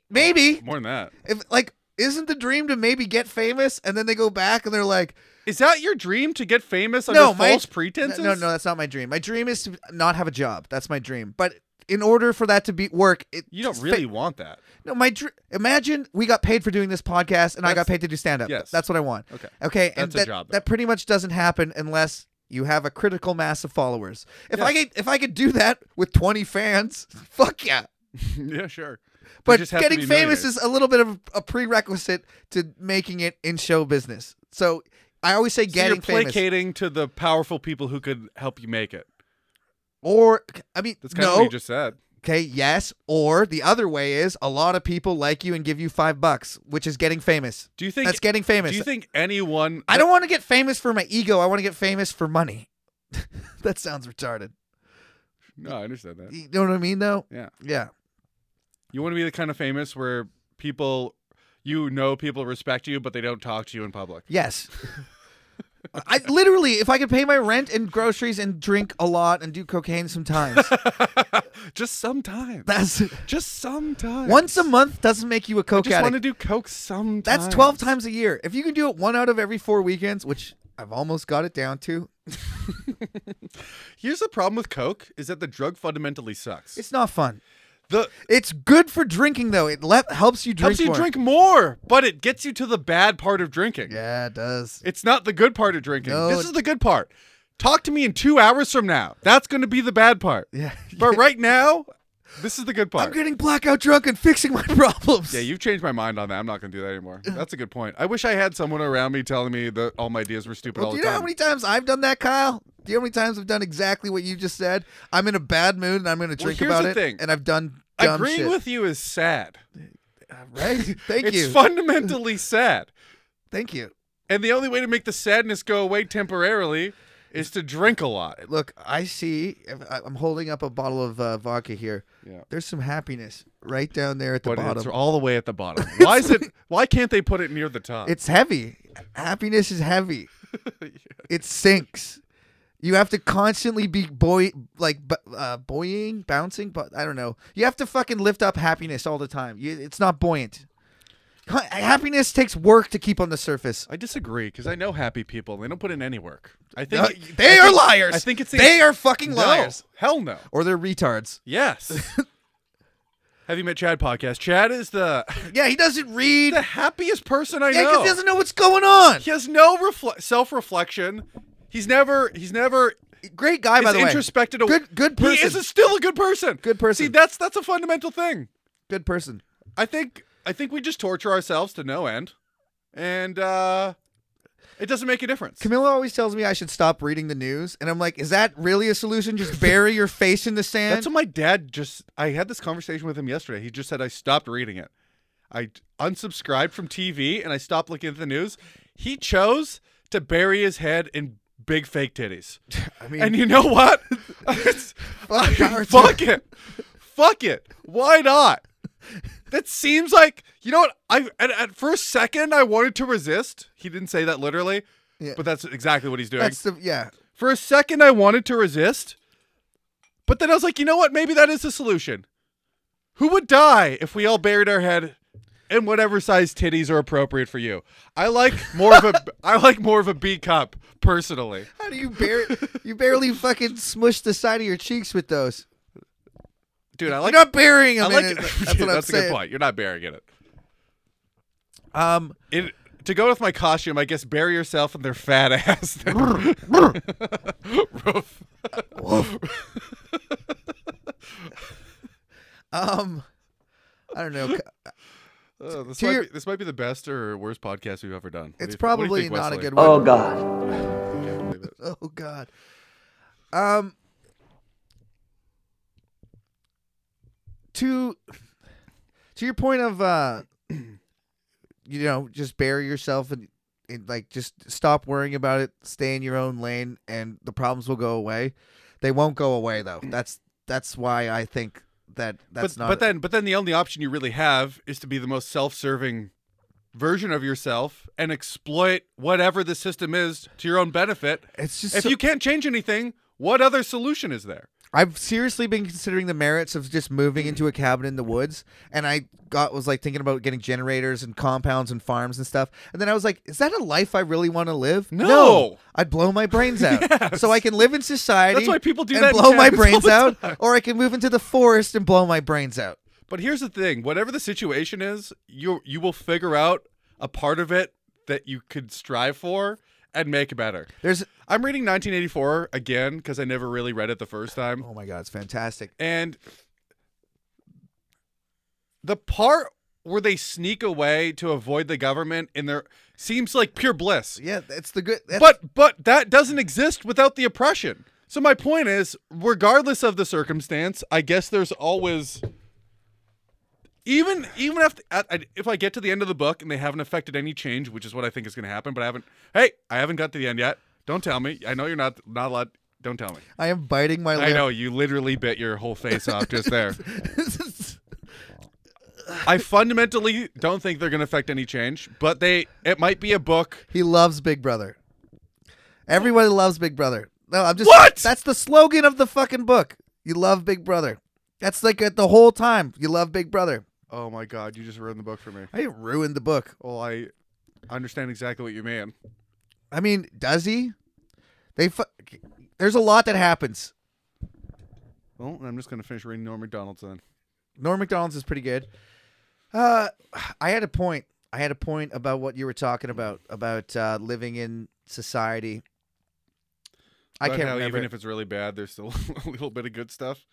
Maybe
More than that.
if like isn't the dream to maybe get famous and then they go back and they're like,
Is that your dream to get famous under
no, my,
false pretenses?
No, no, that's not my dream. My dream is to not have a job. That's my dream. But in order for that to be work, it,
You don't
fa-
really want that.
No, my dr- imagine we got paid for doing this podcast, and I got
That's-
paid to do stand up.
yes.
that's what I want.
Okay.
okay, and
That's a
that,
job, though.
that pretty much doesn't happen unless you have a critical mass of followers. If I
Yes.
could, if I could do that with twenty fans, fuck yeah.
yeah, sure. They
But
just have to
getting
be
famous
millionaires.
is a little bit of a prerequisite to making it in show business. So I always say
So
getting
you're
famous,
placating to the powerful people who could help you make it.
or I mean,
That's kind of what
no,
you just said.
okay, yes, or the other way is a lot of people like you and give you five bucks, which is getting famous.
Do you think
That's getting famous.
Do you think anyone?
I don't want to get famous for my ego. I want to get famous for money. that sounds retarded.
No, I understand that.
You know what I mean, though?
Yeah.
Yeah.
You want to be the kind of famous where people, you know, people respect you, but they don't talk to you in public.
Yes. I literally, if I could pay my rent and groceries and drink a lot and do cocaine sometimes,
just sometimes.
that's
just sometimes.
once a month doesn't make you a
I
coke
just want to
addict.
do coke sometimes.
That's twelve times a year. If you can do it one out of every four weekends, which I've almost got it down to,
Here's the problem with coke: is that the drug fundamentally sucks.
it's not fun.
the
It's good for drinking though. It le- helps you drink.
helps you
more.
drink more, but it gets you to the bad part of drinking.
Yeah, it does.
It's not the good part of drinking.
No,
this
it-
is the good part. Talk to me in two hours from now. That's going to be the bad part.
Yeah.
But right now, this is the good
I'm
part.
getting blackout drunk and fixing my problems.
Yeah, you've changed my mind on that. I'm not going to do that anymore. That's a good point. I wish I had someone around me telling me that all my ideas were stupid
Well,
all
do
the
you know
time.
how many times I've done that, Kyle? Do you know how many times I've done exactly what you just said? I'm in a bad mood and I'm going to drink
here's
about
the
it,
thing.
and I've done dumb
Agreeing
shit.
with you is sad.
right? Thank
it's
you.
fundamentally sad.
Thank you.
And the only way to make the sadness go away temporarily is to drink a lot.
Look, I see. if- I- I'm holding up a bottle of uh, vodka here.
Yeah.
There's some happiness right down there at the
But
bottom.
it's all the way at the bottom. Why is it why can't they put it near the top?
It's heavy. Happiness is heavy. It sinks. You have to constantly be boy like bu- uh, buoying, bouncing, but I don't know. You have to fucking lift up happiness all the time. You, it's not buoyant. Ha- Happiness takes work to keep on the surface.
I disagree because I know happy people. and They don't put in any work. I think
Uh,
it-
they
I
are
think-
liars.
I think it's the-
they are fucking
No.
liars,
Hell no.
or they're retards.
Yes. Have you met Chad podcast? Chad is the
Yeah, he doesn't read.
the happiest person I
Yeah,
know.
because he doesn't know what's going on.
He has no refle- self reflection. He's never he's never
Great guy, by
is
the way.
introspected. a-
Good- good
He is
person.
a- still a good person.
Good person.
See, that's that's a fundamental thing.
Good person.
I think I think we just torture ourselves to no end, and uh it doesn't make a difference.
Camilla always tells me I should stop reading the news, and I'm like, is that really a solution? Just bury your face in the sand.
That's what my dad just. I had this conversation with him yesterday. He just said I stopped reading it. I unsubscribed from TV and I stopped looking at the news. He chose to bury his head in big fake titties.
I mean,
and you know what? It's-
Fuck
I-
our
fuck it. Fuck it. Why not? That seems like you know what I at, at first second I wanted to resist. He didn't say that literally,
Yeah.
but that's exactly what he's doing.
that's the yeah.
For a second, I wanted to resist, but then I was like, you know what? Maybe that is the solution. Who would die if we all buried our head in whatever size titties are appropriate for you? I like more of a I like more of a B cup personally.
How do you barely you barely fucking smush the side of your cheeks with those?
Dude, I like
You're not burying them.
I like
in it. That's what
Dude,
I'm
that's a
saying.
good point. You're not burying it.
Um,
It to go with my costume, I guess bury yourself in their fat ass. then. Roof.
um, I don't know.
Oh, this,
To
might
your-
be, this might be the best or worst podcast we've ever done. What do you
It's
th- what do you
probably
think,
not a
Wesley?
good one.
Oh, God.
Can't believe it.
Oh God. Um. To to your point of uh, you know, just bury yourself and, and like just stop worrying about it. Stay in your own lane, and the problems will go away. They won't go away though. That's that's why I think that that's
but,
not.
but then but then the only option you really have is to be the most self-serving version of yourself and exploit whatever the system is to your own benefit
it's just
if
so-
you can't change anything what other solution is there
I've seriously been considering the merits of just moving into a cabin in the woods, and I got was like thinking about getting generators and compounds and farms and stuff. And then I was like, "Is that a life I really want to live?"
No.
I'd blow my brains out. So I can live in society.
That's why people do
and
that in
Blow my
cabins all
brains
the
out,
time.
or I can move into the forest and blow my brains out.
but here's the thing whatever the situation is you you will figure out a part of it that you could strive for and make better
There's
i'm reading 1984 again because i never really read it the first time
oh my god, it's fantastic.
And the part where they sneak away to avoid the government in their seems like pure bliss.
Yeah, it's the good. That's,
But but that doesn't exist without the oppression. So my point is, regardless of the circumstance, I guess there's always even even if at- I- if I get to the end of the book and they haven't affected any change, which is what I think is going to happen, but I haven't. Hey, I haven't got to the end yet. Don't tell me. I know you're not not allowed. Don't tell me.
I am biting my.
I know you literally bit your whole face off just there. I fundamentally don't think they're going to affect any change, but they it might be a book.
He loves Big Brother. Everybody loves Big Brother. No, I'm just
What?
That's the slogan of the fucking book. You love Big Brother. That's like it the whole time. You love Big Brother.
Oh my god, you just ruined the book for me.
I ruined the book.
Well, I understand exactly what you mean.
I mean, does he? They fu- There's a lot that happens.
Well, I'm just going to finish reading Norm McDonald's then.
Norm McDonald's is pretty good. Uh, I had a point. I had a point about what you were talking about about uh, living in society. I
About
can't
how
remember.
Even if it's really bad, there's still a little bit of good stuff.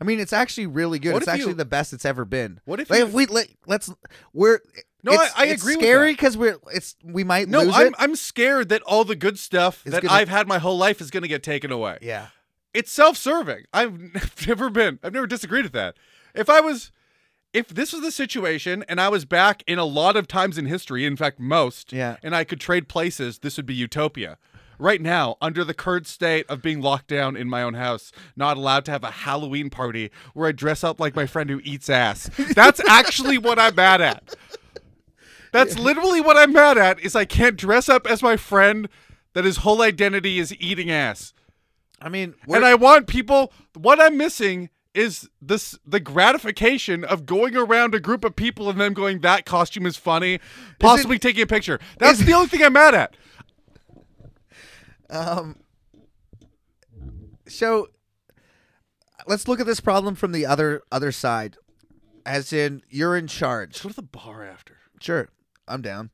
I mean, it's actually really good.
What
it's
if
actually
you-
the best it's ever been.
What if
Like,
you-
if we let, let's we're
No,
it's-
I- I
it's
agree with
Scary
that.
because we're it's we might
No,
lose
I'm
it.
I'm scared that all the good stuff
It's
that
gonna-
I've had my whole life is going to get taken away.
Yeah,
It's self-serving. I've never been. I've never disagreed with that. If I was if this was the situation and I was back in a lot of times in history, in fact most,
Yeah.
and I could trade places, this would be utopia. Right now, under the current state of being locked down in my own house, not allowed to have a Halloween party where I dress up like my friend who eats ass. That's actually what I'm mad at. That's literally what I'm mad at is I can't dress up as my friend that his whole identity is eating ass.
I mean,
And I want people. What I'm missing is this the gratification of going around a group of people and them going, "That costume is funny," possibly taking a picture. That's
is-
the only thing I'm mad at.
um, so let's look at this problem from the other other side, as in you're in charge.
Go to the bar after.
Sure, I'm down.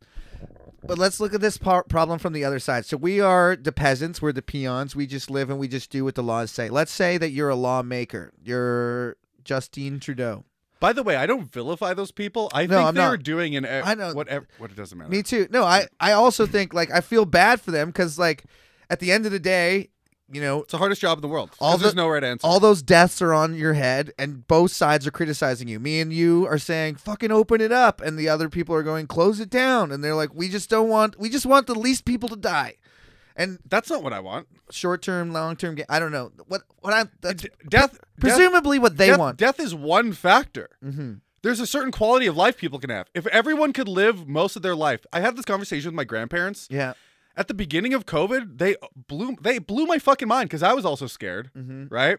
But let's look at this par- problem from the other side. So we are the peasants, we're the peons. We just live and we just do what the laws say. Let's say that you're a lawmaker. You're Justine Trudeau.
By the way, I don't vilify those people. I
No,
think
I'm
they
not.
are doing an.
I know.
whatever. What it doesn't matter.
Me too. No, I I also think like I feel bad for them cuz like at the end of the day, you know,
It's the hardest job in the world.
All
All there's
the-
no right answer.
all those deaths are on your head and both sides are criticizing you. Me and you are saying fucking open it up and the other people are going close it down and they're like we just don't want we just want the least people to die. And
That's not what I want.
short term, long term. I don't know what what I that's
D- death. death-
presumably what they
death,
want.
Death is one factor.
mm-hmm.
there's a certain quality of life people can have. If everyone could live most of their life, I had this conversation with my grandparents
Yeah.
at the beginning of COVID. They blew they blew my fucking mind because I was also scared,
Mm-hmm.
right?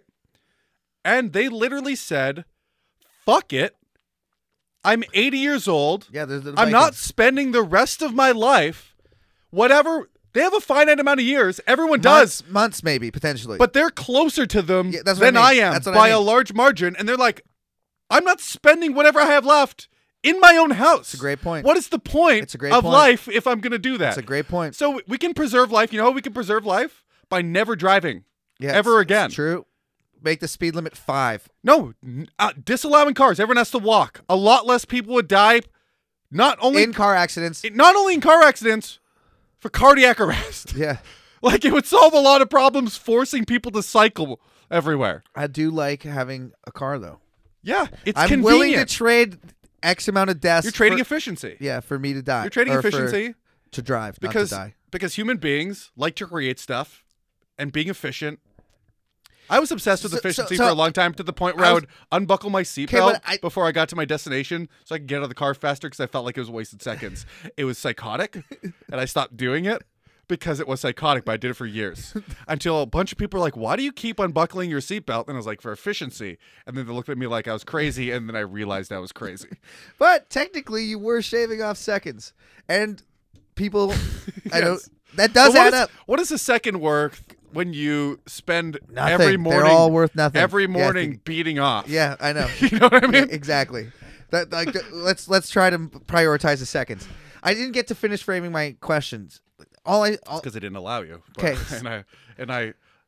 And they literally said, "Fuck it, I'm 80 years old.
Yeah. There's the
I'm not
Vikings.
spending the rest of my life, whatever." They have a finite amount of years. Everyone does.
months, months maybe potentially.
But they're closer to them
Yeah, that's what I
than
mean.
I, am
That's what I
by a
mean.
large margin. And they're like, I'm not spending whatever I have left in my own house. It's
a great point.
What is the point
It's a great
of
point.
life if I'm going to do that?
that's a great point.
so we can preserve life. You know how we can preserve life? By never driving.
yeah,
ever
it's-
again.
It's true. Make the speed limit five.
No, n- uh, disallowing cars. Everyone has to walk. A lot less people would die, not only
In car accidents.
not only in car accidents, for cardiac arrest.
yeah.
like it would solve a lot of problems forcing people to cycle everywhere.
I do like having a car though.
Yeah, it's
I'm
convenient.
willing to trade X amount of deaths.
You're trading
for,
efficiency.
Yeah, for me to die.
You're trading
or for-
efficiency
to drive,
because
not to die.
because human beings like to create stuff and being efficient. I was obsessed with
So- so-
efficiency
so-
for a long time to the point where
I
I,
was-
would unbuckle my
but
seatbelt
I-
before I got to my destination so I could get out of the car faster because I felt like it was wasted seconds. it was psychotic, and I stopped doing it because it was psychotic. But I did it for years until a bunch of people were like, "Why do you keep unbuckling your seatbelt?" And I was like, "For efficiency." And then they looked at me like I was crazy, and then I realized I was crazy.
But technically, you were shaving off seconds, and people, I don't. That does
But Oh,
add
what is-
up.
What is the second work when you spend
Nothing.
every morning?
They're all worth nothing.
Every
Yeah, I
morning
think-
beating off.
Yeah, I know.
you know what I
Yeah,
mean.
exactly. That like th- let's let's try to prioritize the seconds. I didn't get to finish framing my questions. All I all,
Because they didn't allow you. But-
'Kay.
And I and I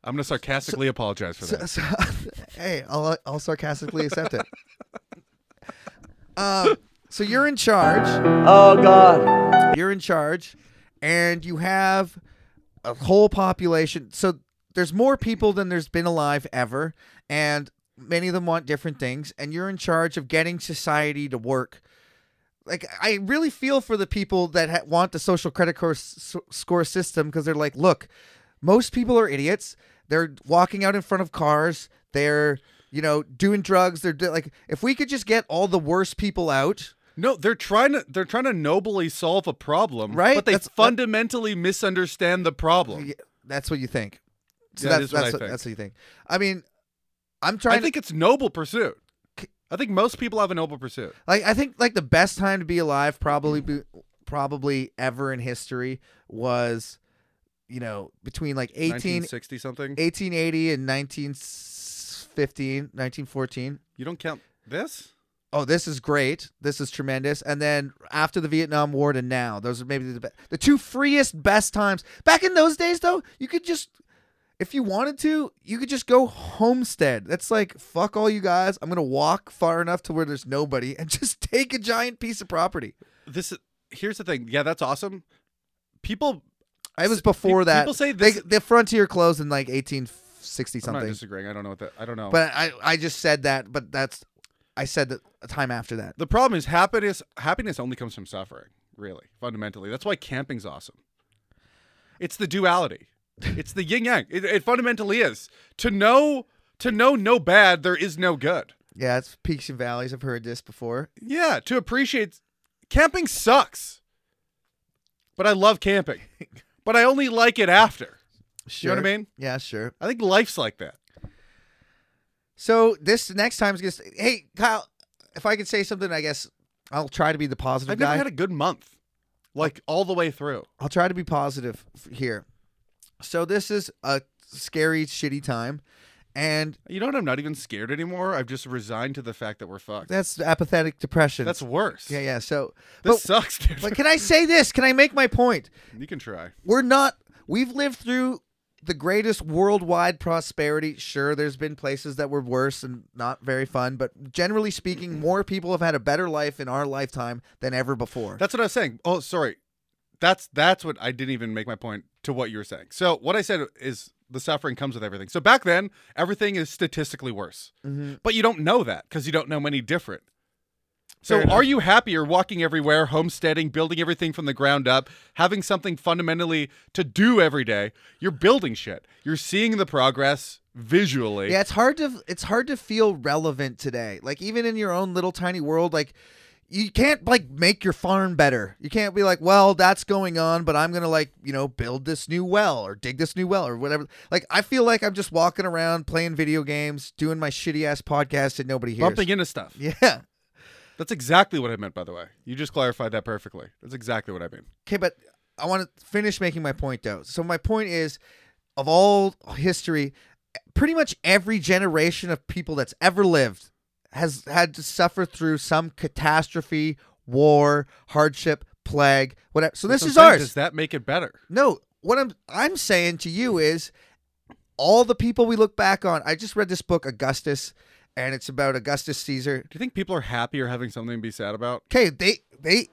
I'm gonna sarcastically apologize for
so,
that.
so, hey, I'll I'll sarcastically accept it. Um, so you're in charge.
Oh God.
You're in charge, and you have a whole population. So there's more people than there's been alive ever, and many of them want different things. And you're in charge of getting society to work. Like I really feel for the people that ha- want the social credit cor- s- score system because they're like, look, most people are idiots. They're walking out in front of cars. They're you know doing drugs. They're do- like, if we could just get all the worst people out.
No, they're trying to they're trying to nobly solve a problem,
Right?
But they
That's- that-
fundamentally misunderstand the problem.
y- That's what you think. So
Yeah, that
that's
is what
that's
I
what,
think.
that's what you think. I mean, I'm trying.
I
to-
think it's noble pursuit. I think most people have a noble pursuit.
Like I think like the best time to be alive probably be, probably ever in history was you know between like 18
1960 something.
1880 and 1915 1914.
You don't count this?
Oh, this is great. This is tremendous. And then after the Vietnam War to now, those are maybe the be- the two freest best times. Back in those days though, you could just If you wanted to, you could just go homestead. That's like fuck all you guys. I'm gonna walk far enough to where there's nobody and just take a giant piece of property.
This is here's the thing. Yeah, that's awesome. People,
I was before
Pe-
that.
people say
they,
this-
the frontier closed in like 1860
I'm not
something.
disagreeing. I don't know what that. I don't know.
But I I just said that. But that's I said that a time after that.
the problem is happiness. Happiness only comes from suffering. Really, fundamentally, that's why camping's awesome. It's the duality. It's the yin yang. It, it fundamentally is to know to know no bad. There is no good.
Yeah, it's peaks and valleys. I've heard this before.
Yeah, to appreciate camping sucks. But I love camping. but I only like it after.
Sure.
You know what I mean?
Yeah, sure.
I think life's like that.
So this next time is gonna. Hey, Kyle, if I could say something, I guess I'll try to be the positive
I've
guy.
never had a good month. Like all the way through.
I'll try to be positive f- here. So this is a scary, shitty time, and
You know what? I'm not even scared anymore. I've just resigned to the fact that we're fucked.
that's apathetic depression.
That's worse.
yeah, yeah. So,
This
but,
sucks, dude.
but can I say this? Can I make my point?
you can try.
We're not. We've lived through the greatest worldwide prosperity. Sure, there's been places that were worse and not very fun, but generally speaking, more people have had a better life in our lifetime than ever before.
That's what I was saying. Oh, sorry. That's that's what I didn't even make my point to what you were saying. So what I said is the suffering comes with everything. So back then, everything is statistically worse.
Mhm.
But you don't know that because you don't know many different. So
Fair enough.
are you happier walking everywhere, homesteading, building everything from the ground up, having something fundamentally to do every day? You're building shit. You're seeing the progress visually.
Yeah, it's hard to it's hard to feel relevant today. Like even in your own little tiny world, like you can't like make your farm better. You can't be like, well, that's going on, but I'm gonna like you know build this new well or dig this new well or whatever. Like I feel like I'm just walking around playing video games, doing my shitty ass podcast that nobody hears.
Bumping into stuff.
Yeah.
That's exactly what I meant, by the way. You just clarified that perfectly. That's exactly what I mean.
Okay, but I want to finish making my point though. So my point is, of all history, pretty much every generation of people that's ever lived has had to suffer through some catastrophe, war, hardship, plague, whatever. So this
That's
is
what I'm saying.
ours.
Does that make it better?
No, what I'm I'm saying to you is all the people we look back on. I just read this book Augustus and it's about Augustus Caesar.
Do you think people are happier having something to be sad about?
Okay, they they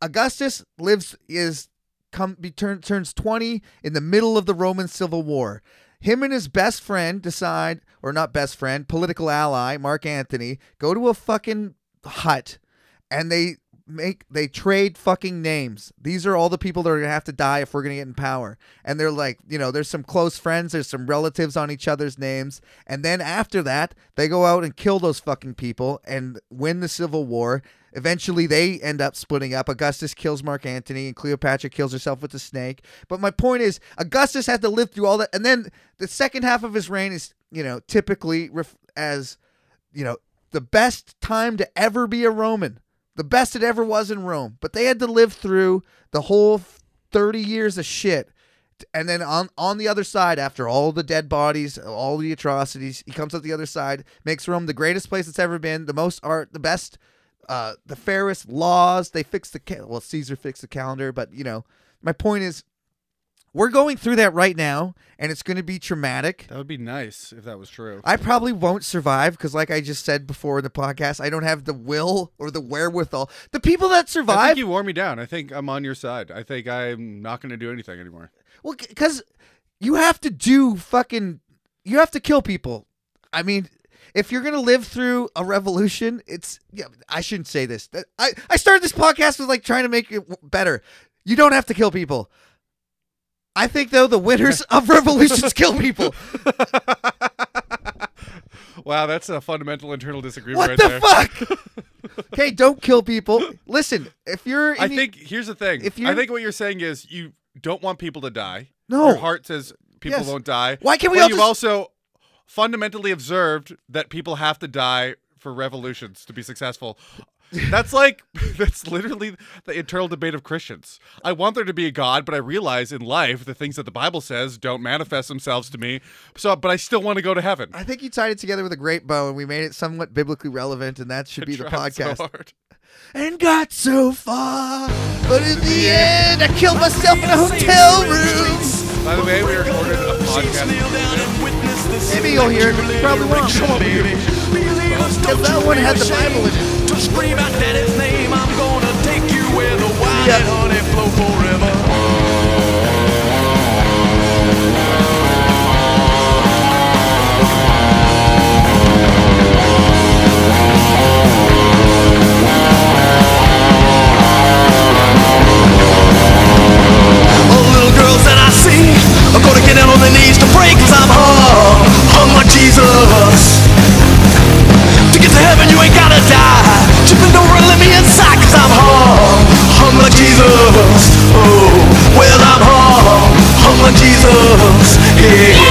Augustus lives is come be turn, turns 20 in the middle of the Roman Civil War. Him and his best friend decide or not best friend, political ally Mark Antony go to a fucking hut and they make they trade fucking names. These are all the people that are going to have to die if we're going to get in power. And they're like, you know, there's some close friends, there's some relatives on each other's names. And then after that, they go out and kill those fucking people and win the civil war. Eventually they end up splitting up. Augustus kills Mark Antony and Cleopatra kills herself with the snake. But my point is Augustus had to live through all that and then the second half of his reign is, you know, typically ref- as you know, the best time to ever be a Roman, the best it ever was in Rome. But they had to live through the whole 30 years of shit. And then on, on the other side, after all the dead bodies, all the atrocities, he comes up the other side, makes Rome the greatest place it's ever been, the most art, the best, uh, the fairest laws. They fixed the, ca- well, Caesar fixed the calendar, but you know, my point is, we're going through that right now, and it's going to be traumatic.
That would be nice if that was true.
I probably won't survive because, like I just said before in the podcast, I don't have the will or the wherewithal. The people that
I
survive,
think you wore me down. I think I'm on your side. I think I'm not going to do anything anymore.
well, because you have to do fucking, you have to kill people. I mean, if you're gonna live through a revolution, it's yeah. I shouldn't say this. That- I I started this podcast with like trying to make it w- better. You don't have to kill people. I think though the winners of revolutions kill people.
wow, that's a fundamental internal disagreement
What
right
the
there.
fuck? Okay, don't kill people. Listen, if you're,
I
any-
think here's the thing.
If
I
you're-
think what you're saying is you don't want people to die.
No.
Your heart says people
Yes.
won't die.
Why can't we
But
all
you've
just-
also fundamentally observed that people have to die for revolutions to be successful. That's like that's literally the internal debate of Christians. I want there to be a God, but I realize in life the things that the Bible says don't manifest themselves to me. So, but I still want to go to heaven.
I think you tied it together with a great bow, and we made it somewhat biblically relevant, and that should be the
Tried so
podcast.
hard.
and got so far, but in the end, I killed myself in a hotel room.
By the way, we recorded a podcast.
Maybe you'll hear it, but you probably won't.
Because
that one had the Bible in it.
To scream out daddy's name, I'm gonna take you where the wine
Yeah.
and honey flow forever. All the little girls that I see are gonna get down on their knees to pray cause I'm hung, hung like Jesus. To get to heaven you ain't gotta die. Chip the door and let me inside cause I'm hung, hung like Jesus. Oh, well I'm hung, hung like Jesus. Yeah.